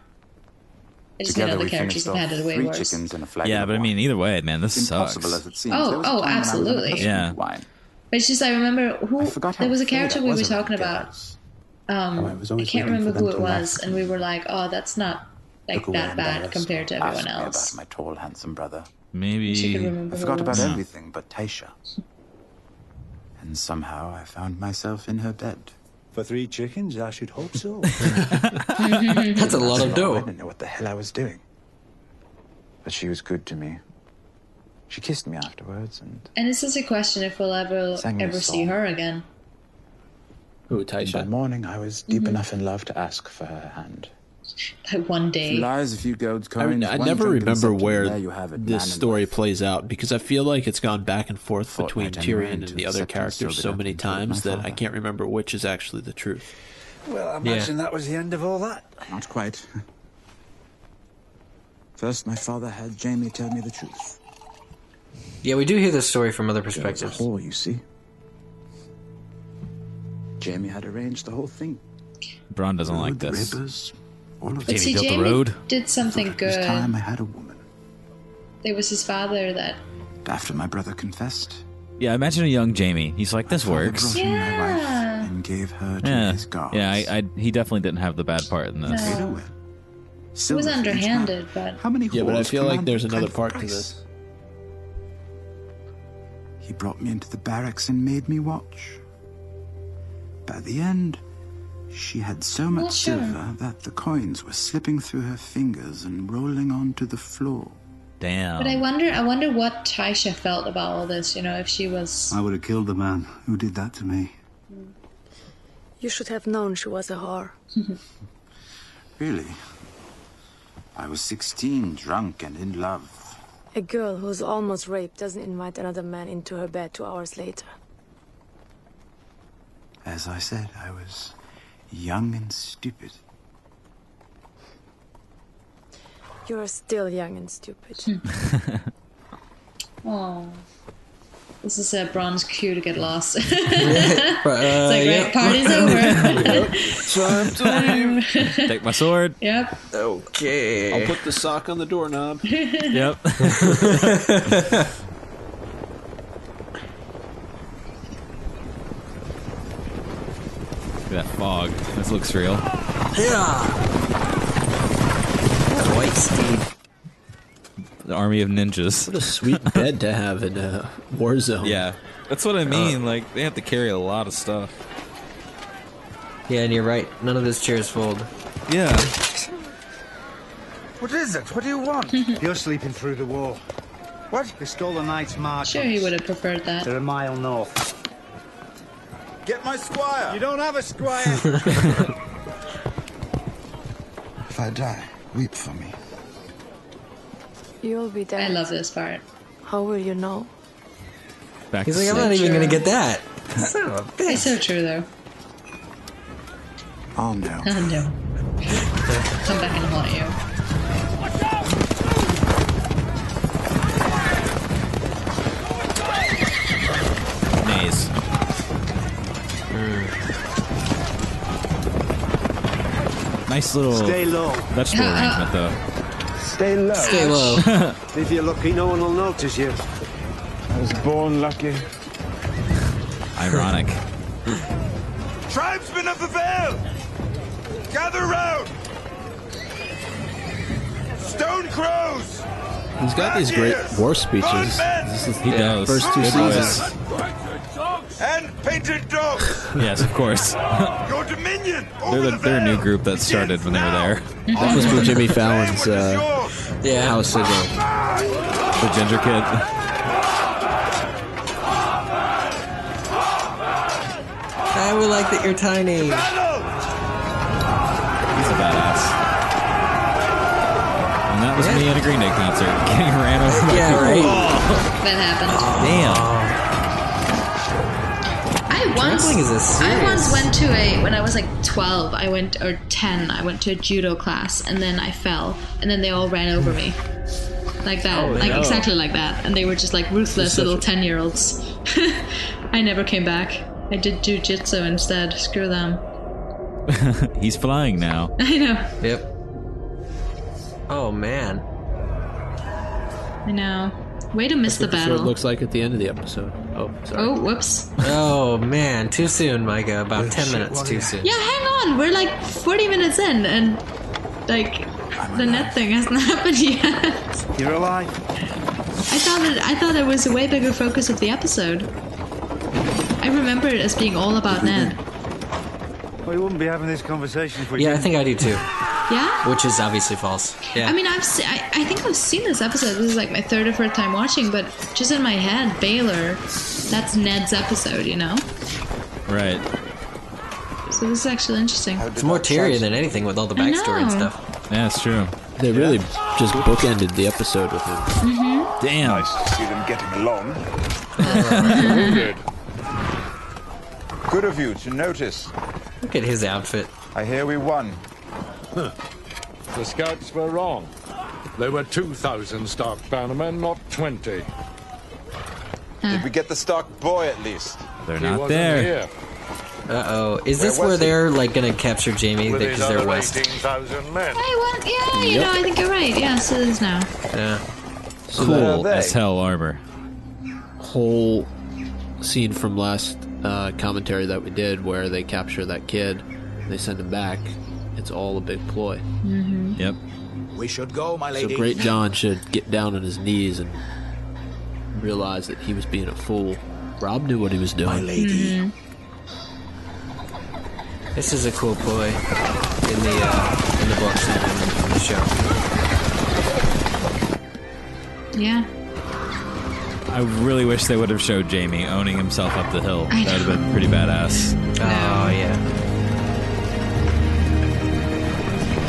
Speaker 1: I just mean
Speaker 21: Together
Speaker 1: other
Speaker 21: we
Speaker 1: characters
Speaker 21: finished
Speaker 1: have
Speaker 21: off
Speaker 1: had it way
Speaker 21: three
Speaker 1: worse.
Speaker 21: chickens and a flag
Speaker 2: (laughs) Yeah,
Speaker 21: of
Speaker 2: but I
Speaker 21: wine.
Speaker 2: mean, either way, man, this
Speaker 21: impossible
Speaker 2: sucks.
Speaker 21: as it seems.
Speaker 1: Oh,
Speaker 21: there was a
Speaker 1: oh,
Speaker 21: time when I was in a
Speaker 1: absolutely.
Speaker 21: passion
Speaker 2: Yeah.
Speaker 21: for Wine.
Speaker 1: But But it's just I remember who
Speaker 19: I forgot how
Speaker 1: there was a
Speaker 19: afraid
Speaker 1: character
Speaker 19: I
Speaker 1: we
Speaker 19: was
Speaker 1: were
Speaker 19: of
Speaker 1: talking about.
Speaker 19: reptiles.
Speaker 1: Um,
Speaker 19: How I was always
Speaker 1: can't
Speaker 19: waiting for
Speaker 1: remember who it
Speaker 19: them to
Speaker 1: was,
Speaker 19: laugh.
Speaker 1: and we were like, "Oh, that's not like
Speaker 19: Look away
Speaker 1: that bad
Speaker 19: embarrassed.
Speaker 1: compared to
Speaker 19: Ask
Speaker 1: everyone
Speaker 19: me
Speaker 1: else." Mm-hmm.
Speaker 19: About my tall, handsome brother.
Speaker 2: Maybe
Speaker 1: She could remember
Speaker 19: I forgot
Speaker 1: who it
Speaker 19: about
Speaker 1: was.
Speaker 19: everything but Taisha. And somehow I found myself in her bed. For three chickens, I should hope so.
Speaker 3: That's a lot of
Speaker 21: I
Speaker 3: dough.
Speaker 21: didn't know what the hell I was doing. But she was good to me. She kissed me afterwards, and
Speaker 1: And this is a question if we'll ever
Speaker 21: Sang me a
Speaker 1: ever see
Speaker 21: song.
Speaker 1: her again.
Speaker 21: Ooh, Taisha. by morning I was deep enough in love to ask for her hand.
Speaker 1: Like one day.
Speaker 21: Lies, a few gold
Speaker 4: I, mean,
Speaker 21: coins,
Speaker 4: I
Speaker 21: one
Speaker 4: never
Speaker 21: drunken
Speaker 4: remember
Speaker 21: sip, and
Speaker 4: where
Speaker 21: there you have it, man
Speaker 4: this
Speaker 21: and
Speaker 4: story plays out because I feel like it's gone back and forth between
Speaker 21: Fortnite anyway,
Speaker 4: Tyrion and
Speaker 21: until
Speaker 4: the other
Speaker 21: acceptance
Speaker 4: characters
Speaker 21: sobered
Speaker 4: so
Speaker 21: up
Speaker 4: many
Speaker 21: and told
Speaker 4: times
Speaker 21: my
Speaker 4: that I
Speaker 21: father.
Speaker 4: can't remember which is actually the truth.
Speaker 16: Well, I
Speaker 4: Yeah.
Speaker 16: imagine that was the end of all that.
Speaker 21: Not quite. (laughs) First, my father had Jamie tell me the truth.
Speaker 3: Yeah, we do hear this story from other
Speaker 21: There was a
Speaker 3: perspectives.
Speaker 21: whore, you see. Jamie had arranged the whole thing.
Speaker 2: Braun doesn't like this.
Speaker 1: But see, Jamie did something
Speaker 21: It was time
Speaker 1: good.
Speaker 21: I had a woman.
Speaker 1: There was his father that
Speaker 21: After my brother confessed,
Speaker 2: Yeah, imagine a young Jamie. He's like, this works.
Speaker 1: yeah.
Speaker 21: and gave her to
Speaker 2: Yeah,
Speaker 21: his guards.
Speaker 2: yeah. I, I, he definitely didn't have the bad part in this.
Speaker 1: No. It was
Speaker 21: Silver for each
Speaker 1: underhanded, but
Speaker 21: How many
Speaker 4: Yeah, but I
Speaker 21: whores
Speaker 4: feel like
Speaker 21: command
Speaker 4: there's
Speaker 21: that kind
Speaker 4: another
Speaker 21: of
Speaker 4: part to
Speaker 21: price?
Speaker 4: this.
Speaker 21: He brought me into the barracks and made me watch. By the end, she had so much
Speaker 1: Not sure.
Speaker 21: silver that the coins were slipping through her fingers and rolling onto the floor.
Speaker 2: Damn.
Speaker 1: but I wonder I wonder what Taisha felt about all this. You know, if she was
Speaker 9: I would have killed the man who did that to me.
Speaker 14: You should have known she was a whore.
Speaker 21: Really? I was 16, drunk and in love.
Speaker 14: A girl who's almost raped doesn't invite another man into her bed two hours later.
Speaker 21: As I said, I was young and stupid.
Speaker 14: You're still young and stupid.
Speaker 1: oh. This is a bronze cue to get lost. (laughs)
Speaker 3: But, uh,
Speaker 1: It's like, right, (laughs) party's over.
Speaker 4: Time
Speaker 2: Take my sword.
Speaker 1: (laughs) yep.
Speaker 3: Okay.
Speaker 4: I'll put the sock on the doorknob.
Speaker 2: Yep. (laughs) Look at that fog. This looks real.
Speaker 3: Yeah. White steed.
Speaker 2: The army of ninjas. What
Speaker 4: a sweet (laughs) bed to have in a war zone.
Speaker 2: Yeah. That's
Speaker 3: Uh,
Speaker 2: what I mean. like, they have to carry a lot of stuff.
Speaker 3: Yeah, and you're right. None of those chairs fold.
Speaker 2: Yeah.
Speaker 6: What is it? What do you
Speaker 1: (laughs)
Speaker 6: want? You're sleeping through the war. What? They stole the night's march.
Speaker 1: Sure he would have preferred that.
Speaker 6: They're a mile north.
Speaker 17: Get my squire!
Speaker 6: You don't have a
Speaker 1: (laughs)
Speaker 6: squire.
Speaker 17: If I die, weep for me.
Speaker 14: You'll be dead.
Speaker 1: I love this part.
Speaker 14: How will you know?
Speaker 2: Back
Speaker 3: He's
Speaker 2: to
Speaker 3: like, I'm not
Speaker 2: sleep.
Speaker 3: even gonna get that. Son of a
Speaker 1: It's
Speaker 3: bitch.
Speaker 1: so true though. (laughs)
Speaker 21: Oh no.
Speaker 1: Oh no. Come back and haunt you.
Speaker 2: Maze. Nice little
Speaker 9: Stay low.
Speaker 2: vegetable arrangement, though.
Speaker 9: Stay low.
Speaker 3: Stay low.
Speaker 9: If you're lucky, no one will notice you.
Speaker 17: I was born lucky.
Speaker 2: Ironic.
Speaker 6: Tribesmen of the Vale! Gather round! Stone Crows!
Speaker 4: He's got these great war speeches. This is
Speaker 2: He
Speaker 4: the
Speaker 2: does.
Speaker 4: First two
Speaker 2: Good
Speaker 4: seasons.
Speaker 2: voice.
Speaker 6: And painted dogs!
Speaker 2: Yes, of course.
Speaker 6: Your dominion!
Speaker 2: They're the, they're a new group that started when they were there.
Speaker 4: That was for Jimmy Fallon's uh,
Speaker 3: Yeah.
Speaker 4: house as a
Speaker 2: The ginger kid.
Speaker 3: I would like that you're tiny.
Speaker 2: He's a badass. And that was me at a Green Day concert, (laughs) getting ran over
Speaker 3: (laughs)
Speaker 2: by
Speaker 3: Yeah,
Speaker 2: people.
Speaker 3: right.
Speaker 1: That happened.
Speaker 2: Damn.
Speaker 1: I once
Speaker 3: Traveling Oh, is a
Speaker 1: I once
Speaker 3: serious-
Speaker 1: went to a when I was like twelve, I went or ten, I went to a judo class and then I fell and then they all ran over me. Like that.
Speaker 2: Oh,
Speaker 1: like
Speaker 2: no.
Speaker 1: exactly like that. And they were just like ruthless little ten year olds. (laughs) I never came back. I did jujitsu instead. Screw them. (laughs)
Speaker 2: He's flying now.
Speaker 1: I know.
Speaker 3: Yep. Oh man.
Speaker 1: I know. Way to miss the
Speaker 4: That's what
Speaker 1: battle.
Speaker 4: it looks like at the end of the episode. Oh, sorry.
Speaker 1: Oh, whoops.
Speaker 3: Oh man, too soon, Micah. About ten minutes too soon.
Speaker 1: Yeah, hang on. We're like 40 minutes in, and like the net thing hasn't (laughs) happened yet.
Speaker 26: You're alive.
Speaker 1: I thought it. I thought it was a way bigger focus of the episode. I remember it as being all about Ned.
Speaker 26: We wouldn't be having this conversation if we
Speaker 3: Yeah, I
Speaker 26: didn't.
Speaker 3: think I do too.
Speaker 1: Yeah.
Speaker 3: Which is obviously false. Yeah.
Speaker 1: I mean, I've se- I, I think I've seen this episode. This is like my third or fourth time watching, but just in my head, Baylor, that's Ned's episode, you know.
Speaker 2: Right.
Speaker 1: So this is actually interesting.
Speaker 3: it's more Tyrion than anything with all the
Speaker 1: I
Speaker 3: backstory and
Speaker 1: know.
Speaker 3: stuff.
Speaker 2: Yeah, that's true.
Speaker 4: They really just bookended the episode with him.
Speaker 1: hmm
Speaker 2: Damn.
Speaker 27: Nice to see them getting along.
Speaker 1: Good.
Speaker 21: Good of you to notice.
Speaker 3: Look at his outfit.
Speaker 21: I hear we won.
Speaker 27: (laughs) The scouts were wrong. There were 2,000 Stark bannermen, not 20.
Speaker 21: Did we get the Stark boy at least?
Speaker 2: They're
Speaker 27: He
Speaker 3: not
Speaker 27: wasn't
Speaker 3: there.
Speaker 27: Here.
Speaker 3: Uh oh. Is
Speaker 21: Where
Speaker 3: this
Speaker 21: was
Speaker 3: where
Speaker 21: he?
Speaker 3: they're like gonna capture Jamie
Speaker 27: With
Speaker 3: because
Speaker 27: his
Speaker 3: they're
Speaker 27: other
Speaker 3: west?
Speaker 27: 18,000 men.
Speaker 1: I want. Yeah, you
Speaker 3: Yep.
Speaker 1: know, I think you're right. Yeah, so it is now.
Speaker 3: Yeah.
Speaker 4: So
Speaker 2: cool
Speaker 4: that
Speaker 2: as hell arbor.
Speaker 4: whole scene from last uh, commentary that we did where they capture that kid, they send him back. It's all a big ploy.
Speaker 1: Mm-hmm.
Speaker 2: Yep.
Speaker 28: We should go, my
Speaker 4: So
Speaker 28: lady.
Speaker 4: Great John should get down on his knees and realize that he was being a fool. Rob knew what he was doing.
Speaker 3: This is a cool ploy in the uh, in the books and in, the show.
Speaker 1: Yeah.
Speaker 2: I really wish they would have showed Jamie owning himself up the hill.
Speaker 1: I
Speaker 2: That would have been pretty badass.
Speaker 3: Oh yeah.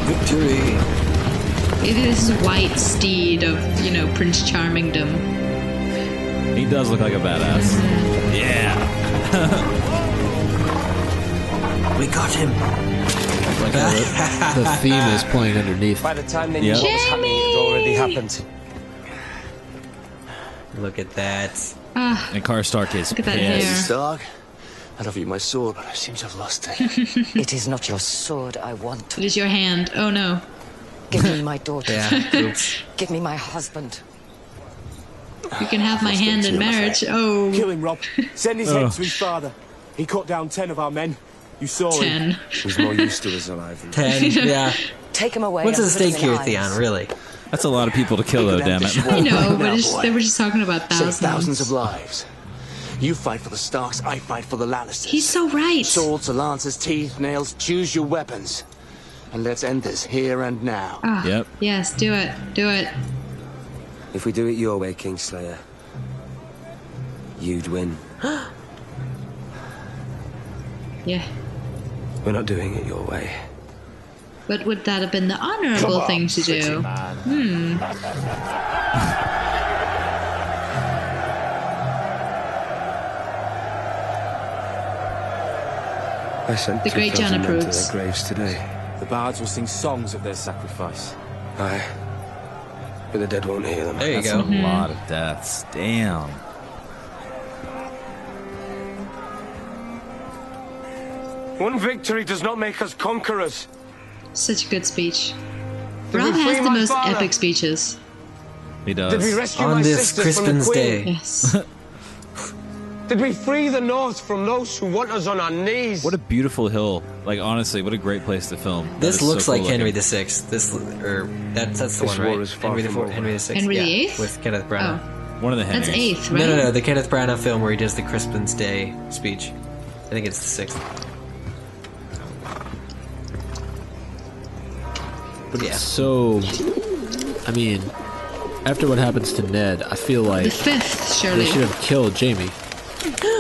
Speaker 3: Victory.
Speaker 1: It is white steed of you know Prince Charmingdom.
Speaker 2: He does look like a badass. Yeah.
Speaker 3: We got him.
Speaker 4: Like the, the theme is playing underneath.
Speaker 12: By the time they
Speaker 2: Yeah.
Speaker 12: knew what was happening, it had already happened.
Speaker 3: Look at that.
Speaker 1: Ah,
Speaker 2: and Karstark is
Speaker 1: Look at that
Speaker 2: pissed.
Speaker 1: hair.
Speaker 12: Stark, I'd offer you my sword, but I seem to have lost it.
Speaker 11: it is not your sword I want.
Speaker 3: (laughs)
Speaker 1: it is your hand. Oh no.
Speaker 11: Give me my daughter.
Speaker 3: Yeah, oops.
Speaker 11: Give me my husband.
Speaker 1: You can have my hand in marriage. Oh.
Speaker 5: Kill him, Rob. Send his
Speaker 2: Oh.
Speaker 5: head to his father. He cut down ten of our men. You saw him.
Speaker 1: Ten.
Speaker 12: He's more used to us alive. than-
Speaker 3: Ten. Yeah.
Speaker 11: Take him away.
Speaker 3: What's
Speaker 11: and
Speaker 3: at
Speaker 11: put him
Speaker 3: stake
Speaker 11: in
Speaker 3: here,
Speaker 11: irons.
Speaker 3: Theon? Really?
Speaker 2: That's a lot of people to kill, though. Damn it.
Speaker 1: I
Speaker 5: (laughs)
Speaker 1: know, but it's
Speaker 5: boy.
Speaker 1: they were just talking about
Speaker 5: Save
Speaker 1: thousands.
Speaker 5: thousands of lives. You fight for the Starks, I fight for the Lannisters.
Speaker 1: He's so right.
Speaker 5: Swords, lances, teeth, nails, choose your weapons. And let's end this here and now.
Speaker 1: Ah,
Speaker 2: (laughs) Yep.
Speaker 1: Yes, do it. Do it.
Speaker 12: If we do it your way, Kingslayer, you'd win.
Speaker 1: Yeah.
Speaker 12: We're not doing it your way.
Speaker 1: But would that have been the honorable thing to do? Hmm.
Speaker 12: I sent
Speaker 1: The great
Speaker 12: 2,000 men
Speaker 1: John
Speaker 12: to
Speaker 1: approves.
Speaker 12: their graves today.
Speaker 5: The bards will sing songs of their sacrifice.
Speaker 12: Aye. But the dead won't hear them.
Speaker 3: There you
Speaker 2: That's
Speaker 3: go.
Speaker 2: a lot of deaths. Damn.
Speaker 5: One victory does not make us conquerors.
Speaker 1: Such a good speech.
Speaker 5: Did we
Speaker 1: Rob
Speaker 5: free
Speaker 1: has the
Speaker 5: my
Speaker 1: most
Speaker 5: father?
Speaker 1: epic speeches.
Speaker 2: He
Speaker 5: Did we
Speaker 2: does.
Speaker 5: rescue
Speaker 3: On
Speaker 5: my
Speaker 3: this
Speaker 5: sisters from the
Speaker 3: Crispin's
Speaker 5: Queen?
Speaker 3: Day.
Speaker 1: Yes.
Speaker 5: Did we free the North from those who want us on our knees?
Speaker 2: What a beautiful hill. Like, honestly, what a great place to film. That
Speaker 3: This
Speaker 2: is so
Speaker 3: looks like
Speaker 2: cool
Speaker 3: Henry
Speaker 2: looking.
Speaker 3: the Sixth. This or that, that's the
Speaker 12: This
Speaker 3: one, right?
Speaker 12: war is far
Speaker 3: Henry the
Speaker 12: from
Speaker 3: Fourth,
Speaker 12: over.
Speaker 3: Henry the Sixth.
Speaker 1: Henry the
Speaker 3: yeah,
Speaker 1: Eighth?
Speaker 3: with Kenneth Branagh.
Speaker 1: Oh,
Speaker 2: One of the Henrys.
Speaker 1: that's eighth, right?
Speaker 3: No, no, no. The Kenneth Branagh film where he does the Crispin's Day speech. I think it's the sixth.
Speaker 4: But
Speaker 3: Yeah.
Speaker 4: it's so. I mean, after what happens to Ned, I feel
Speaker 1: The
Speaker 4: like
Speaker 1: fifth,
Speaker 4: they
Speaker 1: surely.
Speaker 4: should have killed Jamie.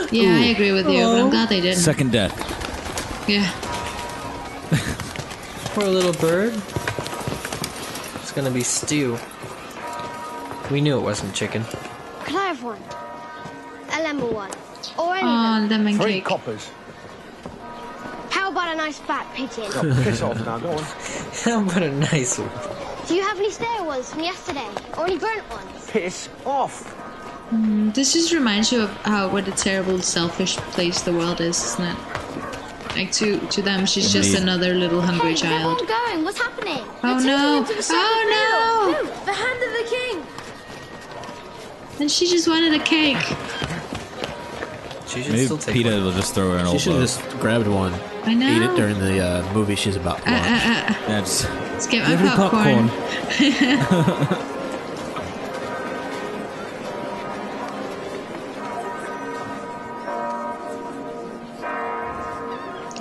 Speaker 1: Yeah, I agree with you, but I'm glad they didn't.
Speaker 2: Second death.
Speaker 1: Yeah.
Speaker 3: Poor little bird. It's gonna be stew. We knew it wasn't chicken. (laughs)
Speaker 29: Can I have one? A lemon one. Or any
Speaker 1: Oh,
Speaker 29: lemon.
Speaker 1: lemon
Speaker 29: Three
Speaker 1: cake.
Speaker 29: coppers. How about a nice fat pigeon?
Speaker 5: piss off now, go on.
Speaker 3: How about a nice one?
Speaker 29: Do you have any stale ones from yesterday? Or any burnt ones?
Speaker 5: Piss off.
Speaker 1: Mm, this just reminds you of how what a terrible, selfish place the world is, isn't it? Like to to them, she's just
Speaker 2: Indeed.
Speaker 1: another little hungry
Speaker 29: Hey, where are
Speaker 1: child.
Speaker 29: all going? What's happening?
Speaker 1: Oh no! Oh no!
Speaker 29: The hand of the king!
Speaker 1: And she just wanted a cake.
Speaker 3: She should
Speaker 2: Maybe
Speaker 3: still take
Speaker 2: PETA
Speaker 3: one.
Speaker 2: will just throw her an
Speaker 4: She
Speaker 2: old
Speaker 4: should have
Speaker 2: boat.
Speaker 4: just grabbed one.
Speaker 1: I know.
Speaker 4: Ate it during the uh, movie she's about to
Speaker 1: Uh, uh,
Speaker 4: watch.
Speaker 1: uh.
Speaker 2: That's
Speaker 1: Let's get my popcorn. (laughs)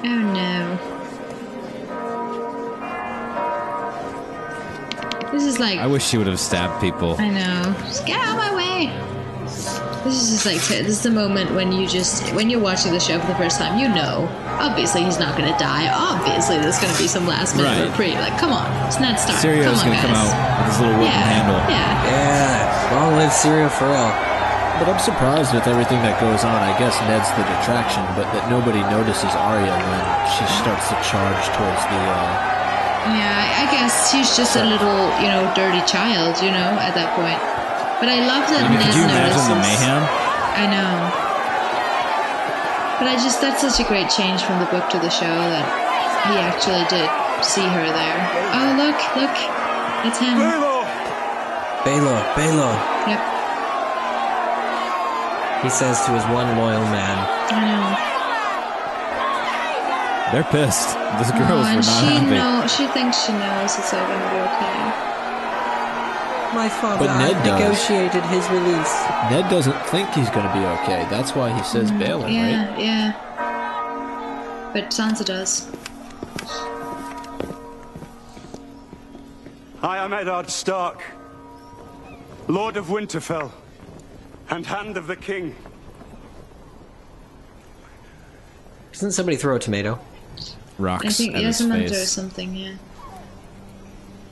Speaker 1: oh no. This is like
Speaker 2: I wish she would have stabbed people.
Speaker 1: I know. Just get out of my way. This is just like this is the moment when you just when you're watching the show for the first time, you know. Obviously, he's not going to die. Obviously, there's going to be some last minute
Speaker 2: Right.
Speaker 1: reprieve. Like, come on, it's not Stark. come
Speaker 2: Serio's
Speaker 1: on,
Speaker 2: gonna
Speaker 1: guys.
Speaker 2: come out with his little wooden
Speaker 1: Yeah.
Speaker 2: handle.
Speaker 1: Yeah.
Speaker 3: Yeah, long live cereal for real.
Speaker 4: But I'm surprised with everything that goes on. I guess Ned's the detraction, but that nobody notices Arya when she starts to charge towards the. Uh,
Speaker 1: Yeah, I guess he's just a little, you know, dirty child, you know, at that point. But I love that Ned
Speaker 2: Could you imagine the
Speaker 1: notices.
Speaker 2: mayhem?
Speaker 1: I know. But I just, that's such a great change from the book to the show that he actually did see her there. Oh, look, look. It's him.
Speaker 3: Baylor, Baylor.
Speaker 1: Yep,
Speaker 3: He says to his one loyal man.
Speaker 1: I know.
Speaker 2: They're pissed. Those girls
Speaker 1: oh,
Speaker 2: were
Speaker 1: and
Speaker 2: not
Speaker 1: she
Speaker 2: happy.
Speaker 1: know, she thinks she knows it's all gonna be okay.
Speaker 3: My father
Speaker 4: But Ned does.
Speaker 3: negotiated his release.
Speaker 4: Ned doesn't think he's going to be okay. That's why he says Baylor,
Speaker 1: Mm, Yeah,
Speaker 4: right?
Speaker 1: yeah. But Sansa does.
Speaker 9: I am Eddard Stark, Lord of Winterfell, and Hand of the King.
Speaker 3: Doesn't somebody throw a tomato?
Speaker 1: I think yeah, someone throws something. Yeah,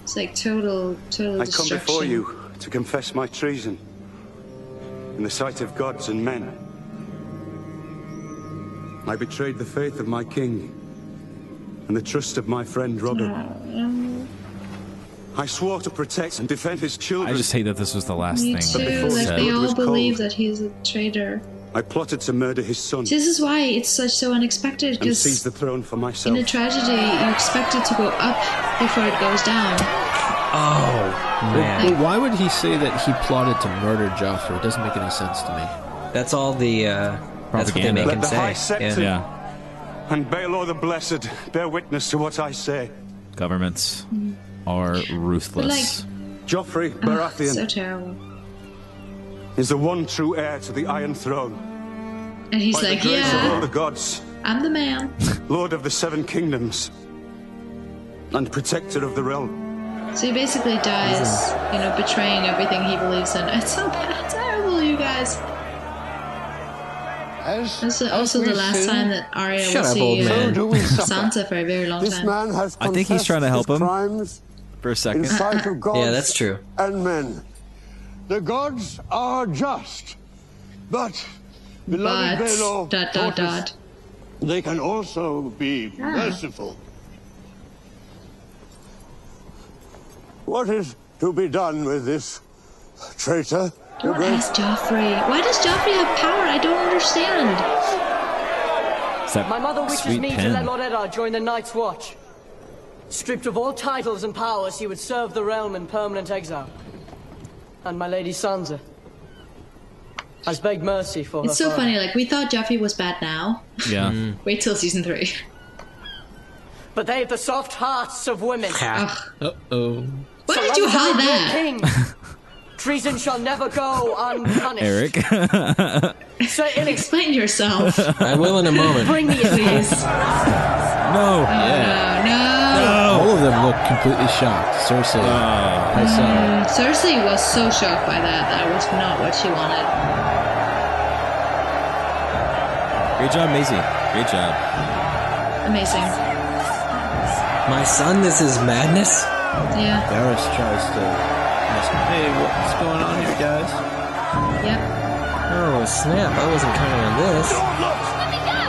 Speaker 1: it's like total, total
Speaker 9: I come
Speaker 1: destruction.
Speaker 9: before you to confess my treason in the sight of gods and men. I betrayed the faith of my king and the trust of my friend
Speaker 1: Oh,
Speaker 9: Robert.
Speaker 1: Um,
Speaker 9: I swore to protect and defend his children.
Speaker 2: I just hate that this was the last
Speaker 1: me
Speaker 2: thing.
Speaker 1: too. Like
Speaker 2: said.
Speaker 1: they
Speaker 9: It
Speaker 1: all
Speaker 9: was
Speaker 1: believe that he's a traitor.
Speaker 9: I plotted to murder his son
Speaker 1: This is why it's such so unexpected
Speaker 9: and seize the
Speaker 1: because
Speaker 9: throne for myself.
Speaker 1: in a tragedy you expect it to go up before it goes down.
Speaker 3: Oh,
Speaker 4: But, but why would he say that he plotted to murder Joffrey? It doesn't make any sense to me.
Speaker 3: That's all the uh, that's what they make
Speaker 9: Let
Speaker 3: him
Speaker 9: the High
Speaker 3: say.
Speaker 9: Septon and Baelor the Blessed bear witness to what I say.
Speaker 2: Governments
Speaker 1: Mm.
Speaker 2: are ruthless.
Speaker 9: Joffrey
Speaker 1: Ugh,
Speaker 9: Baratheon
Speaker 1: Ah, so terrible.
Speaker 9: is the one true heir to the Iron Throne.
Speaker 1: And he's
Speaker 9: By
Speaker 1: like,
Speaker 9: the grace of all
Speaker 1: yeah,
Speaker 9: the gods,
Speaker 1: I'm the man.
Speaker 9: Lord of the Seven Kingdoms, and Protector of the Realm.
Speaker 1: So he basically dies, you know, betraying everything he believes in. It's so bad, terrible, you guys. This is also
Speaker 5: as
Speaker 1: the
Speaker 5: we
Speaker 1: last
Speaker 5: sin-
Speaker 1: time that Arya
Speaker 5: Shut
Speaker 1: will
Speaker 5: up,
Speaker 1: see
Speaker 5: old
Speaker 1: uh,
Speaker 5: man. So
Speaker 1: (laughs)
Speaker 5: do we suffer.
Speaker 1: Sansa for a very long
Speaker 5: This
Speaker 1: time.
Speaker 5: man has
Speaker 2: I think he's
Speaker 5: confessed
Speaker 2: trying to help
Speaker 5: his
Speaker 2: him.
Speaker 5: crimes
Speaker 2: For a
Speaker 5: in
Speaker 2: second.
Speaker 5: sight of gods
Speaker 3: Yeah, that's true.
Speaker 5: and men. The gods are just, but beloved
Speaker 1: But,
Speaker 5: Baelor
Speaker 1: dot, dot,
Speaker 5: taught us
Speaker 1: dot.
Speaker 5: they can also be
Speaker 1: Ah.
Speaker 5: merciful. What is to be done with this traitor?
Speaker 1: Don't ask Joffrey. Why does Joffrey have power? I don't understand.
Speaker 12: My mother wishes
Speaker 2: sweet
Speaker 12: me to
Speaker 2: pen.
Speaker 12: let Lord Eddard join the Night's Watch. Stripped of all titles and powers, he would serve the realm in permanent exile. And my lady Sansa has begged mercy for her
Speaker 1: It's so
Speaker 12: father.
Speaker 1: funny. Like we thought Joffrey was bad now.
Speaker 2: Yeah.
Speaker 1: (laughs)
Speaker 2: (laughs)
Speaker 1: Wait till season three.
Speaker 12: But they have the soft hearts of women.
Speaker 4: Uh oh.
Speaker 1: Why did you hide that?
Speaker 12: that? Treason shall never go unpunished.
Speaker 2: Eric.
Speaker 12: So inex-
Speaker 1: Explain yourself.
Speaker 3: I will in a moment.
Speaker 12: Bring me
Speaker 1: please.
Speaker 2: (laughs) No.
Speaker 1: Yeah. No.
Speaker 4: All of them look completely shocked. Cersei,
Speaker 1: Mm,
Speaker 4: Pycelle.
Speaker 1: Cersei was so shocked by that. That was not what she wanted.
Speaker 2: Great job, Maisie. Great job.
Speaker 1: Amazing.
Speaker 3: My son, this is madness.
Speaker 1: Yeah.
Speaker 4: Varys tries to ask, "Hey, what's going on here, guys?"
Speaker 1: Yep.
Speaker 3: Oh snap! I wasn't counting on this.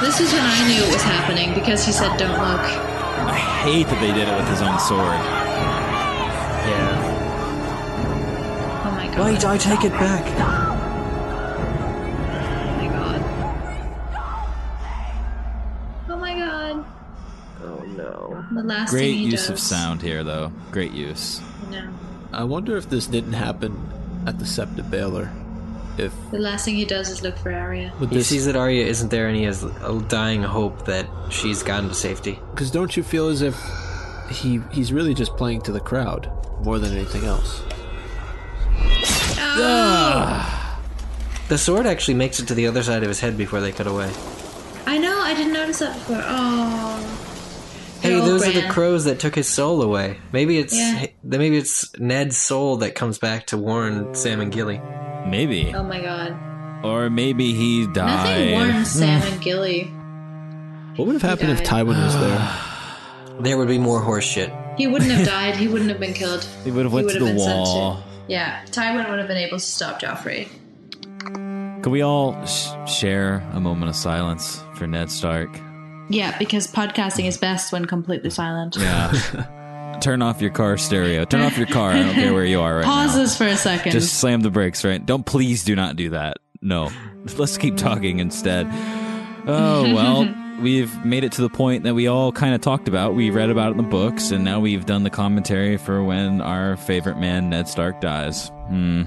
Speaker 1: This is when I knew it was happening because he said, "Don't look."
Speaker 2: I hate that they did it with his own sword.
Speaker 3: Yeah.
Speaker 1: Oh my god.
Speaker 3: Wait, I take it back.
Speaker 1: Oh my god. Oh my god.
Speaker 3: Oh no.
Speaker 1: The last
Speaker 2: Great
Speaker 1: thing he
Speaker 2: use
Speaker 1: does.
Speaker 2: of sound here, though. Great use.
Speaker 1: No.
Speaker 4: I wonder if this didn't happen at the Sept of Baylor. If
Speaker 1: The last thing he does is look for Arya.
Speaker 4: With
Speaker 3: he
Speaker 4: this-
Speaker 3: sees that Arya isn't there, and he has a dying hope that she's gone to safety.
Speaker 4: because don't you feel as if he he's really just playing to the crowd more than anything else?
Speaker 1: Oh,
Speaker 3: The sword actually makes it to the other side of his head before they cut away.
Speaker 1: I know, I didn't notice that before. Oh.
Speaker 3: Hey,
Speaker 1: Good old
Speaker 3: those are the
Speaker 1: Bran.
Speaker 3: crows that took his soul away. Maybe it's
Speaker 1: Yeah.
Speaker 3: hey, maybe it's Ned's soul that comes back to warn Sam and Gilly.
Speaker 2: Maybe.
Speaker 1: Oh my god.
Speaker 2: Or maybe he
Speaker 1: Nothing
Speaker 2: died.
Speaker 1: warns Sam and Gilly.
Speaker 4: What would have happened if
Speaker 1: died.
Speaker 4: Tywin was there?
Speaker 3: There would be more horse shit.
Speaker 1: He wouldn't have died. He wouldn't have been
Speaker 2: (laughs)
Speaker 1: killed.
Speaker 2: He would have
Speaker 1: He
Speaker 2: went
Speaker 1: would
Speaker 2: to
Speaker 1: have
Speaker 2: the
Speaker 1: been sent
Speaker 2: wall.
Speaker 1: Yeah, Tywin would have been able to stop Joffrey.
Speaker 2: Could we all sh- share a moment of silence for Ned Stark?
Speaker 1: Yeah, because podcasting is best when completely silent.
Speaker 2: Yeah. Turn off your car stereo. Turn off your car. I don't care where you are right now.
Speaker 1: Pauses for a second.
Speaker 2: Just slam the brakes, right? Don't please do not do that. No. (laughs) Let's keep talking instead. Oh, well, we've made it to the point that we all kind of talked about. We read about it in the books, and now we've done the commentary for when our favorite man, Ned Stark, dies. Hmm.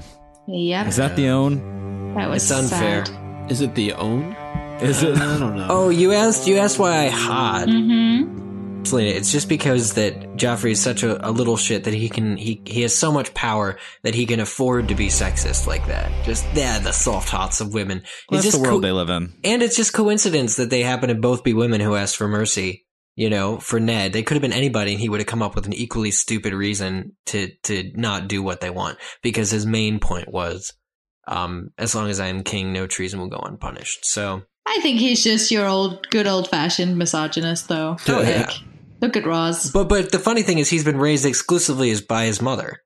Speaker 1: Yep.
Speaker 2: Is that the own?
Speaker 1: That was
Speaker 3: It's unfair.
Speaker 1: sad.
Speaker 4: Is it the own?
Speaker 2: Is it?
Speaker 4: I don't know.
Speaker 3: Oh, you asked you asked why I hod.
Speaker 1: Mm-hmm.
Speaker 3: Selena, it's just because that Joffrey is such a, a little shit that he can he he has so much power that he can afford to be sexist like that. Just yeah, the soft hots of women.
Speaker 2: Well,
Speaker 3: it's
Speaker 2: that's
Speaker 3: just
Speaker 2: the world
Speaker 3: co-
Speaker 2: they live in.
Speaker 3: and it's just coincidence that they happen to both be women who asked for mercy. You know, for Ned, they could have been anybody, and he would have come up with an equally stupid reason to to not do what they want because his main point was, um, as long as I am king, no treason will go unpunished. So
Speaker 1: I think he's just your old, good old fashioned misogynist, though.
Speaker 3: Oh,
Speaker 1: Like,
Speaker 3: yeah.
Speaker 1: Look at Roz.
Speaker 3: But but the funny thing is he's been raised exclusively as by his mother.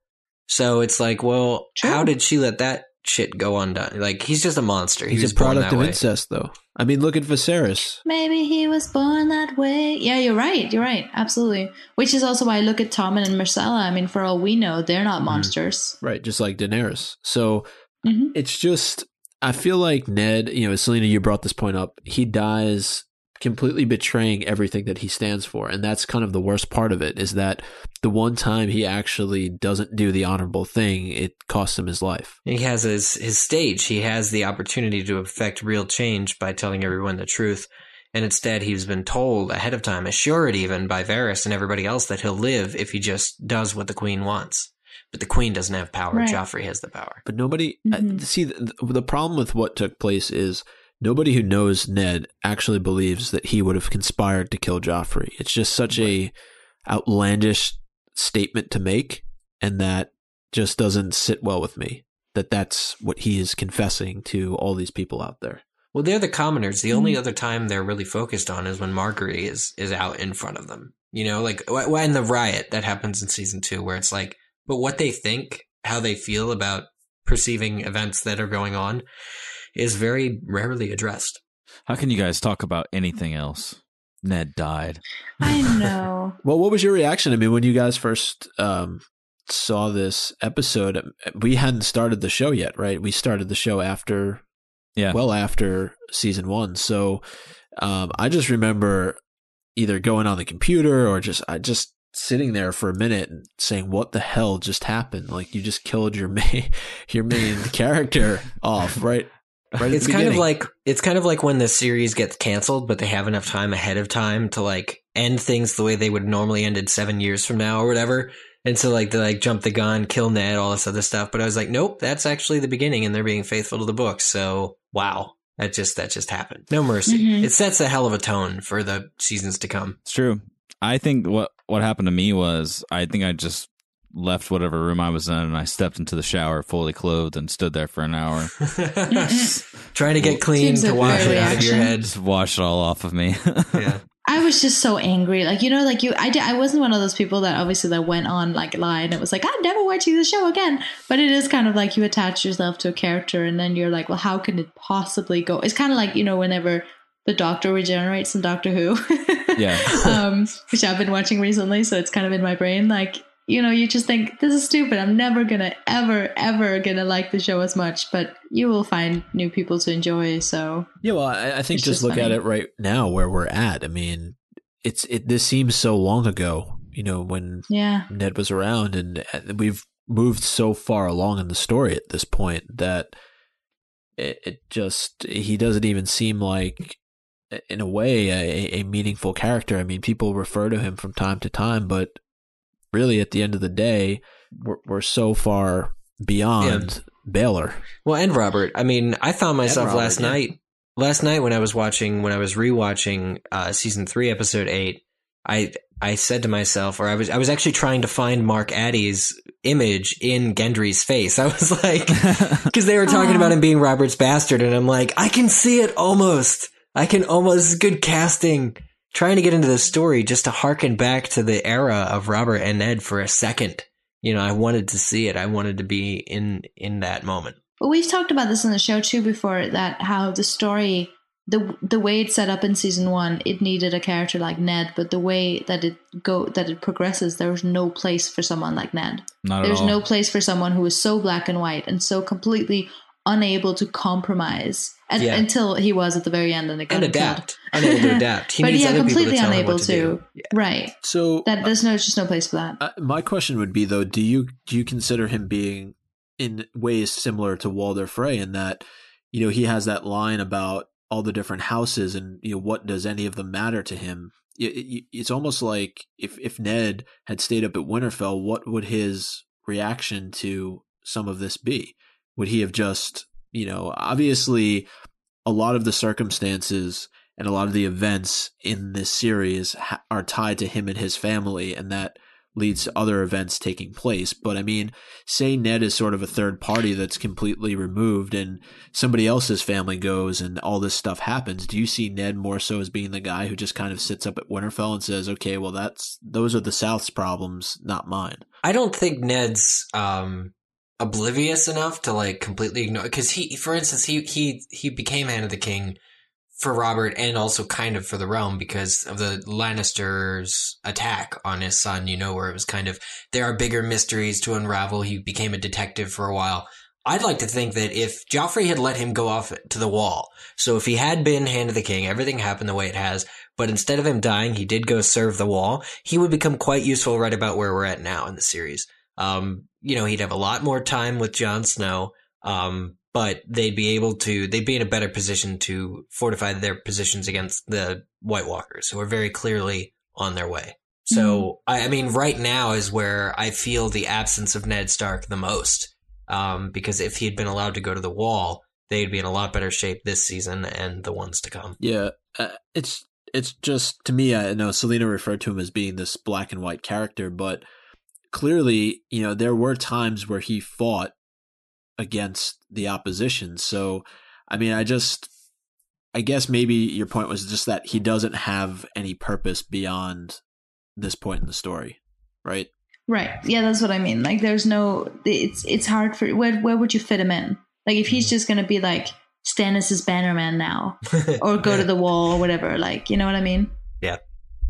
Speaker 3: So it's like, well, how did she let that shit go undone? Like he's just a monster. he
Speaker 4: He's
Speaker 3: was
Speaker 4: a product
Speaker 3: born that
Speaker 4: of
Speaker 3: way.
Speaker 4: incest, though. I mean, look at Viserys.
Speaker 1: Maybe he was born that way. Yeah, you're right. You're right. Absolutely. Which is also why I look at Tommen and Marcella. I mean, for all we know, they're not
Speaker 3: Mm.
Speaker 1: monsters.
Speaker 4: Right, just like Daenerys. So
Speaker 1: Mhm.
Speaker 4: it's just I feel like Ned, you know, Selena, you brought this point up. He dies completely betraying everything that he stands for. And that's kind of the worst part of it is that the one time he actually doesn't do the honorable thing, it costs him his life.
Speaker 3: He has his his stage. He has the opportunity to affect real change by telling everyone the truth. And instead, he's been told ahead of time, assured even by Varys and everybody else, that he'll live if he just does what the queen wants. But the queen doesn't have power.
Speaker 1: Right.
Speaker 3: Joffrey has the power.
Speaker 4: But nobody I- see the, the problem with what took place is nobody who knows Ned actually believes that he would have conspired to kill Joffrey. It's just such a outlandish statement to make, and that just doesn't sit well with me. That that's what he is confessing to all these people out there.
Speaker 3: Well, they're the commoners. The only other time they're really focused on is when Marguerite is is out in front of them. You know, like wh- when the riot that happens in season two, where it's like, but what they think, how they feel about perceiving events that are going on, is very rarely addressed.
Speaker 2: How can you guys talk about anything else? Ned died.
Speaker 1: I know.
Speaker 4: Well, what was your reaction? I mean, when you guys first um, saw this episode, we hadn't started the show yet, right? We started the show after,
Speaker 2: Yeah.
Speaker 4: well after season one. So um, I just remember either going on the computer or just I just sitting there for a minute and saying, "What the hell just happened? Like you just killed your (laughs) main your main character off, right?" Right. at
Speaker 3: It's
Speaker 4: the
Speaker 3: kind of
Speaker 4: beginning.
Speaker 3: like it's kind of like when the series gets canceled, but they have enough time ahead of time to like end things the way they would normally ended seven years from now or whatever. And so like they like jump the gun, kill Ned, all this other stuff. But I was like, nope, that's actually the beginning, and they're being faithful to the book. So wow, that just that just happened. No mercy.
Speaker 1: Mhm.
Speaker 3: It sets a hell of a tone for the seasons to come. (laughs)
Speaker 2: It's true. I think what what happened to me was I think I just left whatever room I was in and I stepped into the shower fully clothed and stood there for an hour.
Speaker 3: Trying to get
Speaker 1: Mm-hmm.
Speaker 3: clean
Speaker 1: Seems
Speaker 3: to
Speaker 1: like
Speaker 3: wash
Speaker 1: fair
Speaker 3: it out of your
Speaker 1: reaction.
Speaker 3: head.
Speaker 2: Just wash it all off of me. (laughs)
Speaker 3: Yeah.
Speaker 1: I was just so angry. Like, you know, like you, I, did, I wasn't one of those people that obviously that went on like lie and it was like, I'm never watching the show again. But it is kind of like you attach yourself to a character and then you're like, well, how can it possibly go? It's kind of like, you know, whenever the doctor regenerates in Doctor Who, (laughs)
Speaker 2: yeah.
Speaker 1: um, which I've been watching recently. So it's kind of in my brain. Like, you know, you just think this is stupid. I'm never going to ever, ever going to like the show as much, but you will find new people to enjoy. So
Speaker 4: Yeah, well, I, I think
Speaker 1: It's
Speaker 4: just,
Speaker 1: just
Speaker 4: look at
Speaker 1: funny.
Speaker 4: it right now where we're at. I mean, it's it. This seems so long ago, you know, when
Speaker 1: yeah.
Speaker 4: Ned was around, and uh, we've moved so far along in the story at this point that it, it just he doesn't even seem like in a way a, a meaningful character i mean people refer to him from time to time but really at the end of the day we're, we're so far beyond baylor
Speaker 3: Well, and Robert, I mean, I found myself last
Speaker 4: Robert, yeah.
Speaker 3: night. Last night when I was watching, when I was rewatching uh, season three, episode eight, I I said to myself, or I was I was actually trying to find Mark Addy's image in Gendry's face. (laughs) I was like, because they were talking about him being Robert's bastard, and I'm like, I can see it almost. I can almost this is good casting. Trying to get into the story just to harken back to the era of Robert and Ned for a second. You know, I wanted to see it. I wanted to be in in that moment.
Speaker 1: But we've talked about this in the show too before that how the story the the way it's set up in season 1 it needed a character like Ned but the way that it go that it progresses there's no place for someone like Ned.
Speaker 2: Not at
Speaker 1: there's
Speaker 2: all.
Speaker 1: no place for someone who is so black and white and so completely unable to compromise and,
Speaker 3: Yeah.
Speaker 1: until he was at the very end and it got
Speaker 3: And
Speaker 1: him killed.
Speaker 3: adapt. Unable to adapt.
Speaker 1: (laughs)
Speaker 3: He
Speaker 1: but
Speaker 3: needs
Speaker 1: yeah,
Speaker 3: other people to
Speaker 1: completely
Speaker 3: tell him
Speaker 1: unable
Speaker 3: what to do.
Speaker 1: Right.
Speaker 4: So
Speaker 1: that there's no just no place for that.
Speaker 4: Uh, my question would be though, do you do you consider him being in ways similar to Walder Frey in that, you know, he has that line about all the different houses and you know what does any of them matter to him? It- it- it's almost like if if Ned had stayed up at Winterfell, what would his reaction to some of this be? Would he have just, you know, obviously a lot of the circumstances and a lot of the events in this series ha- are tied to him and his family, and that leads to other events taking place. But I mean, say Ned is sort of a third party that's completely removed, and somebody else's family goes, and all this stuff happens. Do you see Ned more so as being the guy who just kind of sits up at Winterfell and says, "Okay, well, that's those are the South's problems, not mine."
Speaker 3: I don't think Ned's um, oblivious enough to like completely ignore because he, for instance, he he he became Hand of the King for Robert and also kind of for the realm because of the Lannisters' attack on his son. You know where it was kind of there are bigger mysteries to unravel. He became a detective for a while. I'd like to think that if Joffrey had let him go off to the wall, so if he had been Hand of the King, everything happened the way it has, but instead of him dying, he did go serve the wall. He would become quite useful right about where we're at now in the series. Um, you know, he'd have a lot more time with Jon Snow, um, but they'd be able to, they'd be in a better position to fortify their positions against the White Walkers, who are very clearly on their way. So, I, I mean, right now is where I feel the absence of Ned Stark the most. Um, because if he had been allowed to go to the wall, they'd be in a lot better shape this season and the ones to come.
Speaker 4: Yeah, uh, it's it's just to me. I know Selena referred to him as being this black and white character, but clearly, you know, there were times where he fought against the opposition. So, I mean, I just, I guess maybe your point was just that he doesn't have any purpose beyond this point in the story, right?
Speaker 1: Right. Yeah, that's what I mean. Like, there's no. It's it's hard for where where would you fit him in? Like, if he's just gonna be like Stannis is Bannerman now, or go to the wall or whatever. Like, you know what I mean?
Speaker 3: Yeah.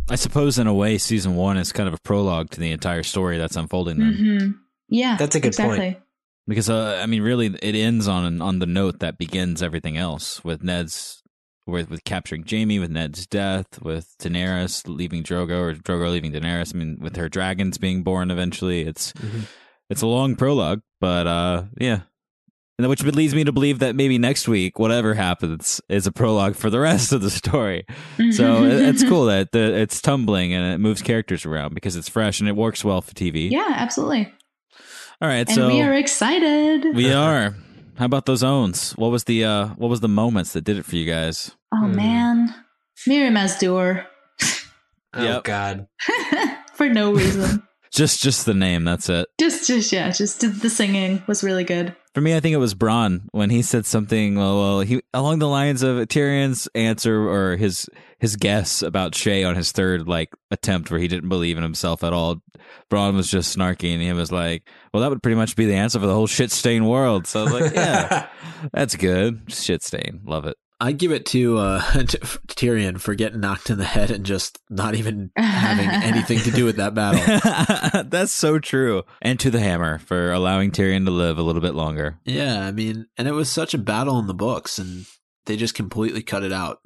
Speaker 2: I suppose in a way, season one is kind of a prologue to the entire story that's unfolding there.
Speaker 1: Mm-hmm. Yeah.
Speaker 3: That's a good point.
Speaker 1: exactly.
Speaker 2: Because uh, I mean, really, it ends on on the note that begins everything else with Ned's with with capturing Jamie, with Ned's death, with Daenerys leaving Drogo or Drogo leaving Daenerys. I mean, with her dragons being born eventually. It's it's a long prologue, but uh, yeah. And which leads me to believe that maybe next week, whatever happens, is a prologue for the rest of the story.
Speaker 1: (laughs)
Speaker 2: So
Speaker 1: Mm-hmm.
Speaker 2: it- it's cool that the, it's tumbling and it moves characters around because it's fresh and it works well for TV.
Speaker 1: Yeah, absolutely.
Speaker 2: All right.
Speaker 1: And
Speaker 2: so
Speaker 1: we are excited.
Speaker 2: we are. How about those owns? What was the uh what was the moments that did it for you guys?
Speaker 1: Oh man, Miriam Azdur
Speaker 3: Oh God.
Speaker 1: (laughs) for no reason. (laughs)
Speaker 2: Just just the name, that's it.
Speaker 1: just just yeah, just did the singing was really good.
Speaker 2: For me, I think it was Braun when he said something well, well he along the lines of Tyrion's answer or his his guess about Shay on his third like attempt where he didn't believe in himself at all. Braun was just snarky and he was like, Well that would pretty much be the answer for the whole shit stain world. So I was like, Yeah, that's good. Shit stain. Love it.
Speaker 4: I give it to uh, (laughs) to Tyrion for getting knocked in the head and just not even having anything to do with that
Speaker 2: (laughs)
Speaker 4: battle.
Speaker 2: That's so true. And to the hammer for allowing Tyrion to live a little bit longer.
Speaker 4: Yeah, I mean, and it was such a battle in the books, and they just completely cut it out.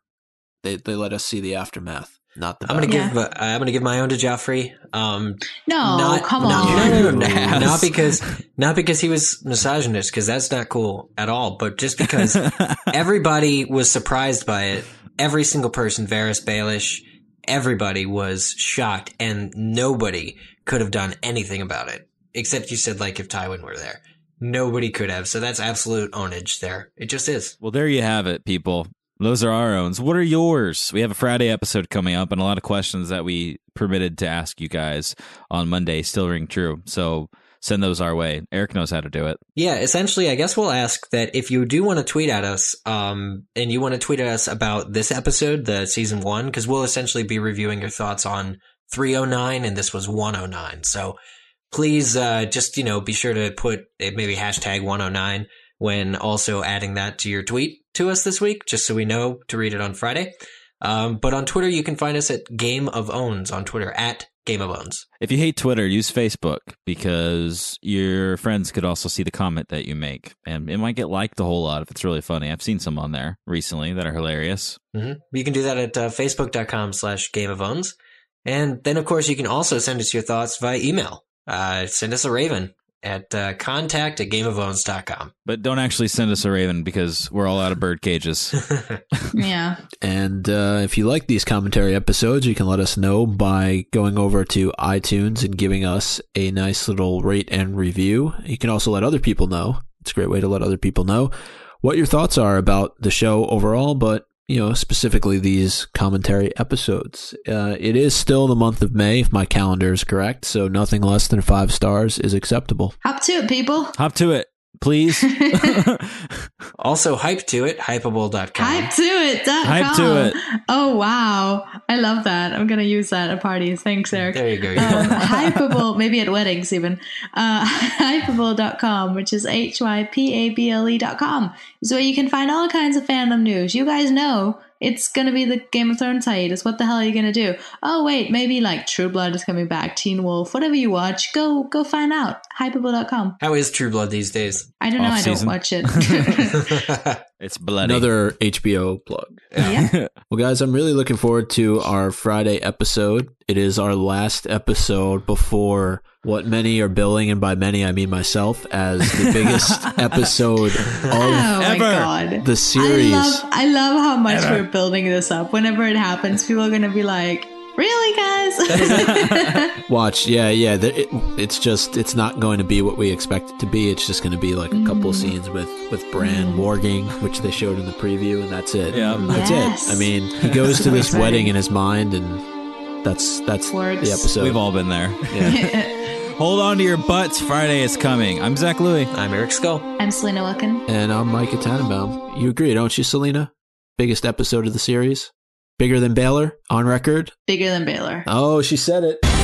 Speaker 4: They they let us see the aftermath. Not the
Speaker 3: I'm gonna
Speaker 4: best.
Speaker 3: give uh, I'm gonna give my own to Joffrey. Um,
Speaker 1: No,
Speaker 3: not,
Speaker 1: Oh, come
Speaker 3: not-
Speaker 1: on.
Speaker 3: no, no, no,
Speaker 1: You
Speaker 3: no,
Speaker 1: ass.
Speaker 3: (laughs) not because not because he was misogynist, because that's not cool at all. But just because everybody was surprised by it, every single person, Varys, Baelish, everybody was shocked, and nobody could have done anything about it except you said like if Tywin were there, nobody could have. So that's absolute onage there. It just is.
Speaker 2: Well, there you have it, people. Those are our owns. What are yours? We have a Friday episode coming up, and a lot of questions that we permitted to ask you guys on Monday still ring true. So send those our way. Eric knows how to do it.
Speaker 3: Yeah, essentially, I guess we'll ask that if you do want to tweet at us, um, and you want to tweet at us about this episode, the season one, because we'll essentially be reviewing your thoughts on 309, and this was 109. So please, uh, just you know, be sure to put uh, maybe hashtag 109 when also adding that to your tweet to us this week, just so we know to read it on Friday. Um, but on Twitter, you can find us at Game of Owns on Twitter at Game of Owns.
Speaker 2: If you hate Twitter, use Facebook because your friends could also see the comment that you make, and it might get liked a whole lot if it's really funny. I've seen some on there recently that are hilarious.
Speaker 3: hmm You can do that at uh, facebook.com slash game of owns. And then, of course, you can also send us your thoughts via email. Uh, send us a raven at uh, contact at gameofowns.com.
Speaker 2: But don't actually send us a raven because we're all out of bird cages. (laughs)
Speaker 1: Yeah.
Speaker 4: And uh, if you like these commentary episodes, you can let us know by going over to iTunes and giving us a nice little rate and review. You can also let other people know. It's a great way to let other people know what your thoughts are about the show overall, but you know specifically these commentary episodes. Uh, it is still the month of May, if my calendar is correct, so nothing less than five stars is acceptable.
Speaker 1: Hop to it, people.
Speaker 2: Hop to it, please.
Speaker 3: (laughs)
Speaker 2: (laughs)
Speaker 3: also, hype to it, hypeable.com.
Speaker 1: Hype to it. dot
Speaker 3: Hype to
Speaker 1: com.
Speaker 3: it.
Speaker 1: Oh wow, I love that. I'm gonna use that at parties. Thanks, Eric.
Speaker 3: There you go. (laughs)
Speaker 1: Um, hypeable, maybe at weddings even. Uh, (laughs) hypeable.com, which is h y p a b l e dot com, is where you can find all kinds of fandom news. You guys know it's gonna be the Game of Thrones hiatus. What the hell are you gonna do? Oh wait, maybe like True Blood is coming back, Teen Wolf, whatever you watch, go go find out. Hypeable.com.
Speaker 3: How is True Blood these days?
Speaker 1: I don't know. I don't watch
Speaker 3: (laughs)
Speaker 1: it. (laughs)
Speaker 2: It's bloody.
Speaker 4: Another HBO plug. well, guys, I'm really looking forward to our Friday episode. It is our last episode before what many are billing, and by many I mean myself, as the biggest episode of
Speaker 1: Oh my Ever. God.
Speaker 4: the series.
Speaker 1: I love, I love how much
Speaker 4: Ever.
Speaker 1: we're building this up. Whenever it happens, people are going to be like, really, (laughs) guys?
Speaker 4: Watch, yeah, yeah. there- it- it's just it's not going to be what we expect it to be. It's just going to be like a
Speaker 1: Mm.
Speaker 4: couple scenes with with Bran warging, which they showed in the preview, and that's it.
Speaker 2: Yeah.
Speaker 4: that's
Speaker 2: Yes.
Speaker 4: it. I mean, he goes
Speaker 1: (laughs)
Speaker 4: to
Speaker 2: Super
Speaker 4: this
Speaker 2: exciting.
Speaker 4: wedding in his mind, and that's that's
Speaker 1: Works.
Speaker 4: the episode.
Speaker 2: We've all been there. (laughs) Hold on to your butts. Friday is coming. I'm Zach Louie.
Speaker 3: I'm Eric Skull.
Speaker 1: I'm Selena Wilkin.
Speaker 4: And I'm Micah Tannenbaum. You agree, don't you, Selena? Biggest episode of the series, bigger than Baylor on record.
Speaker 1: Bigger than Baylor.
Speaker 4: Oh, she said it.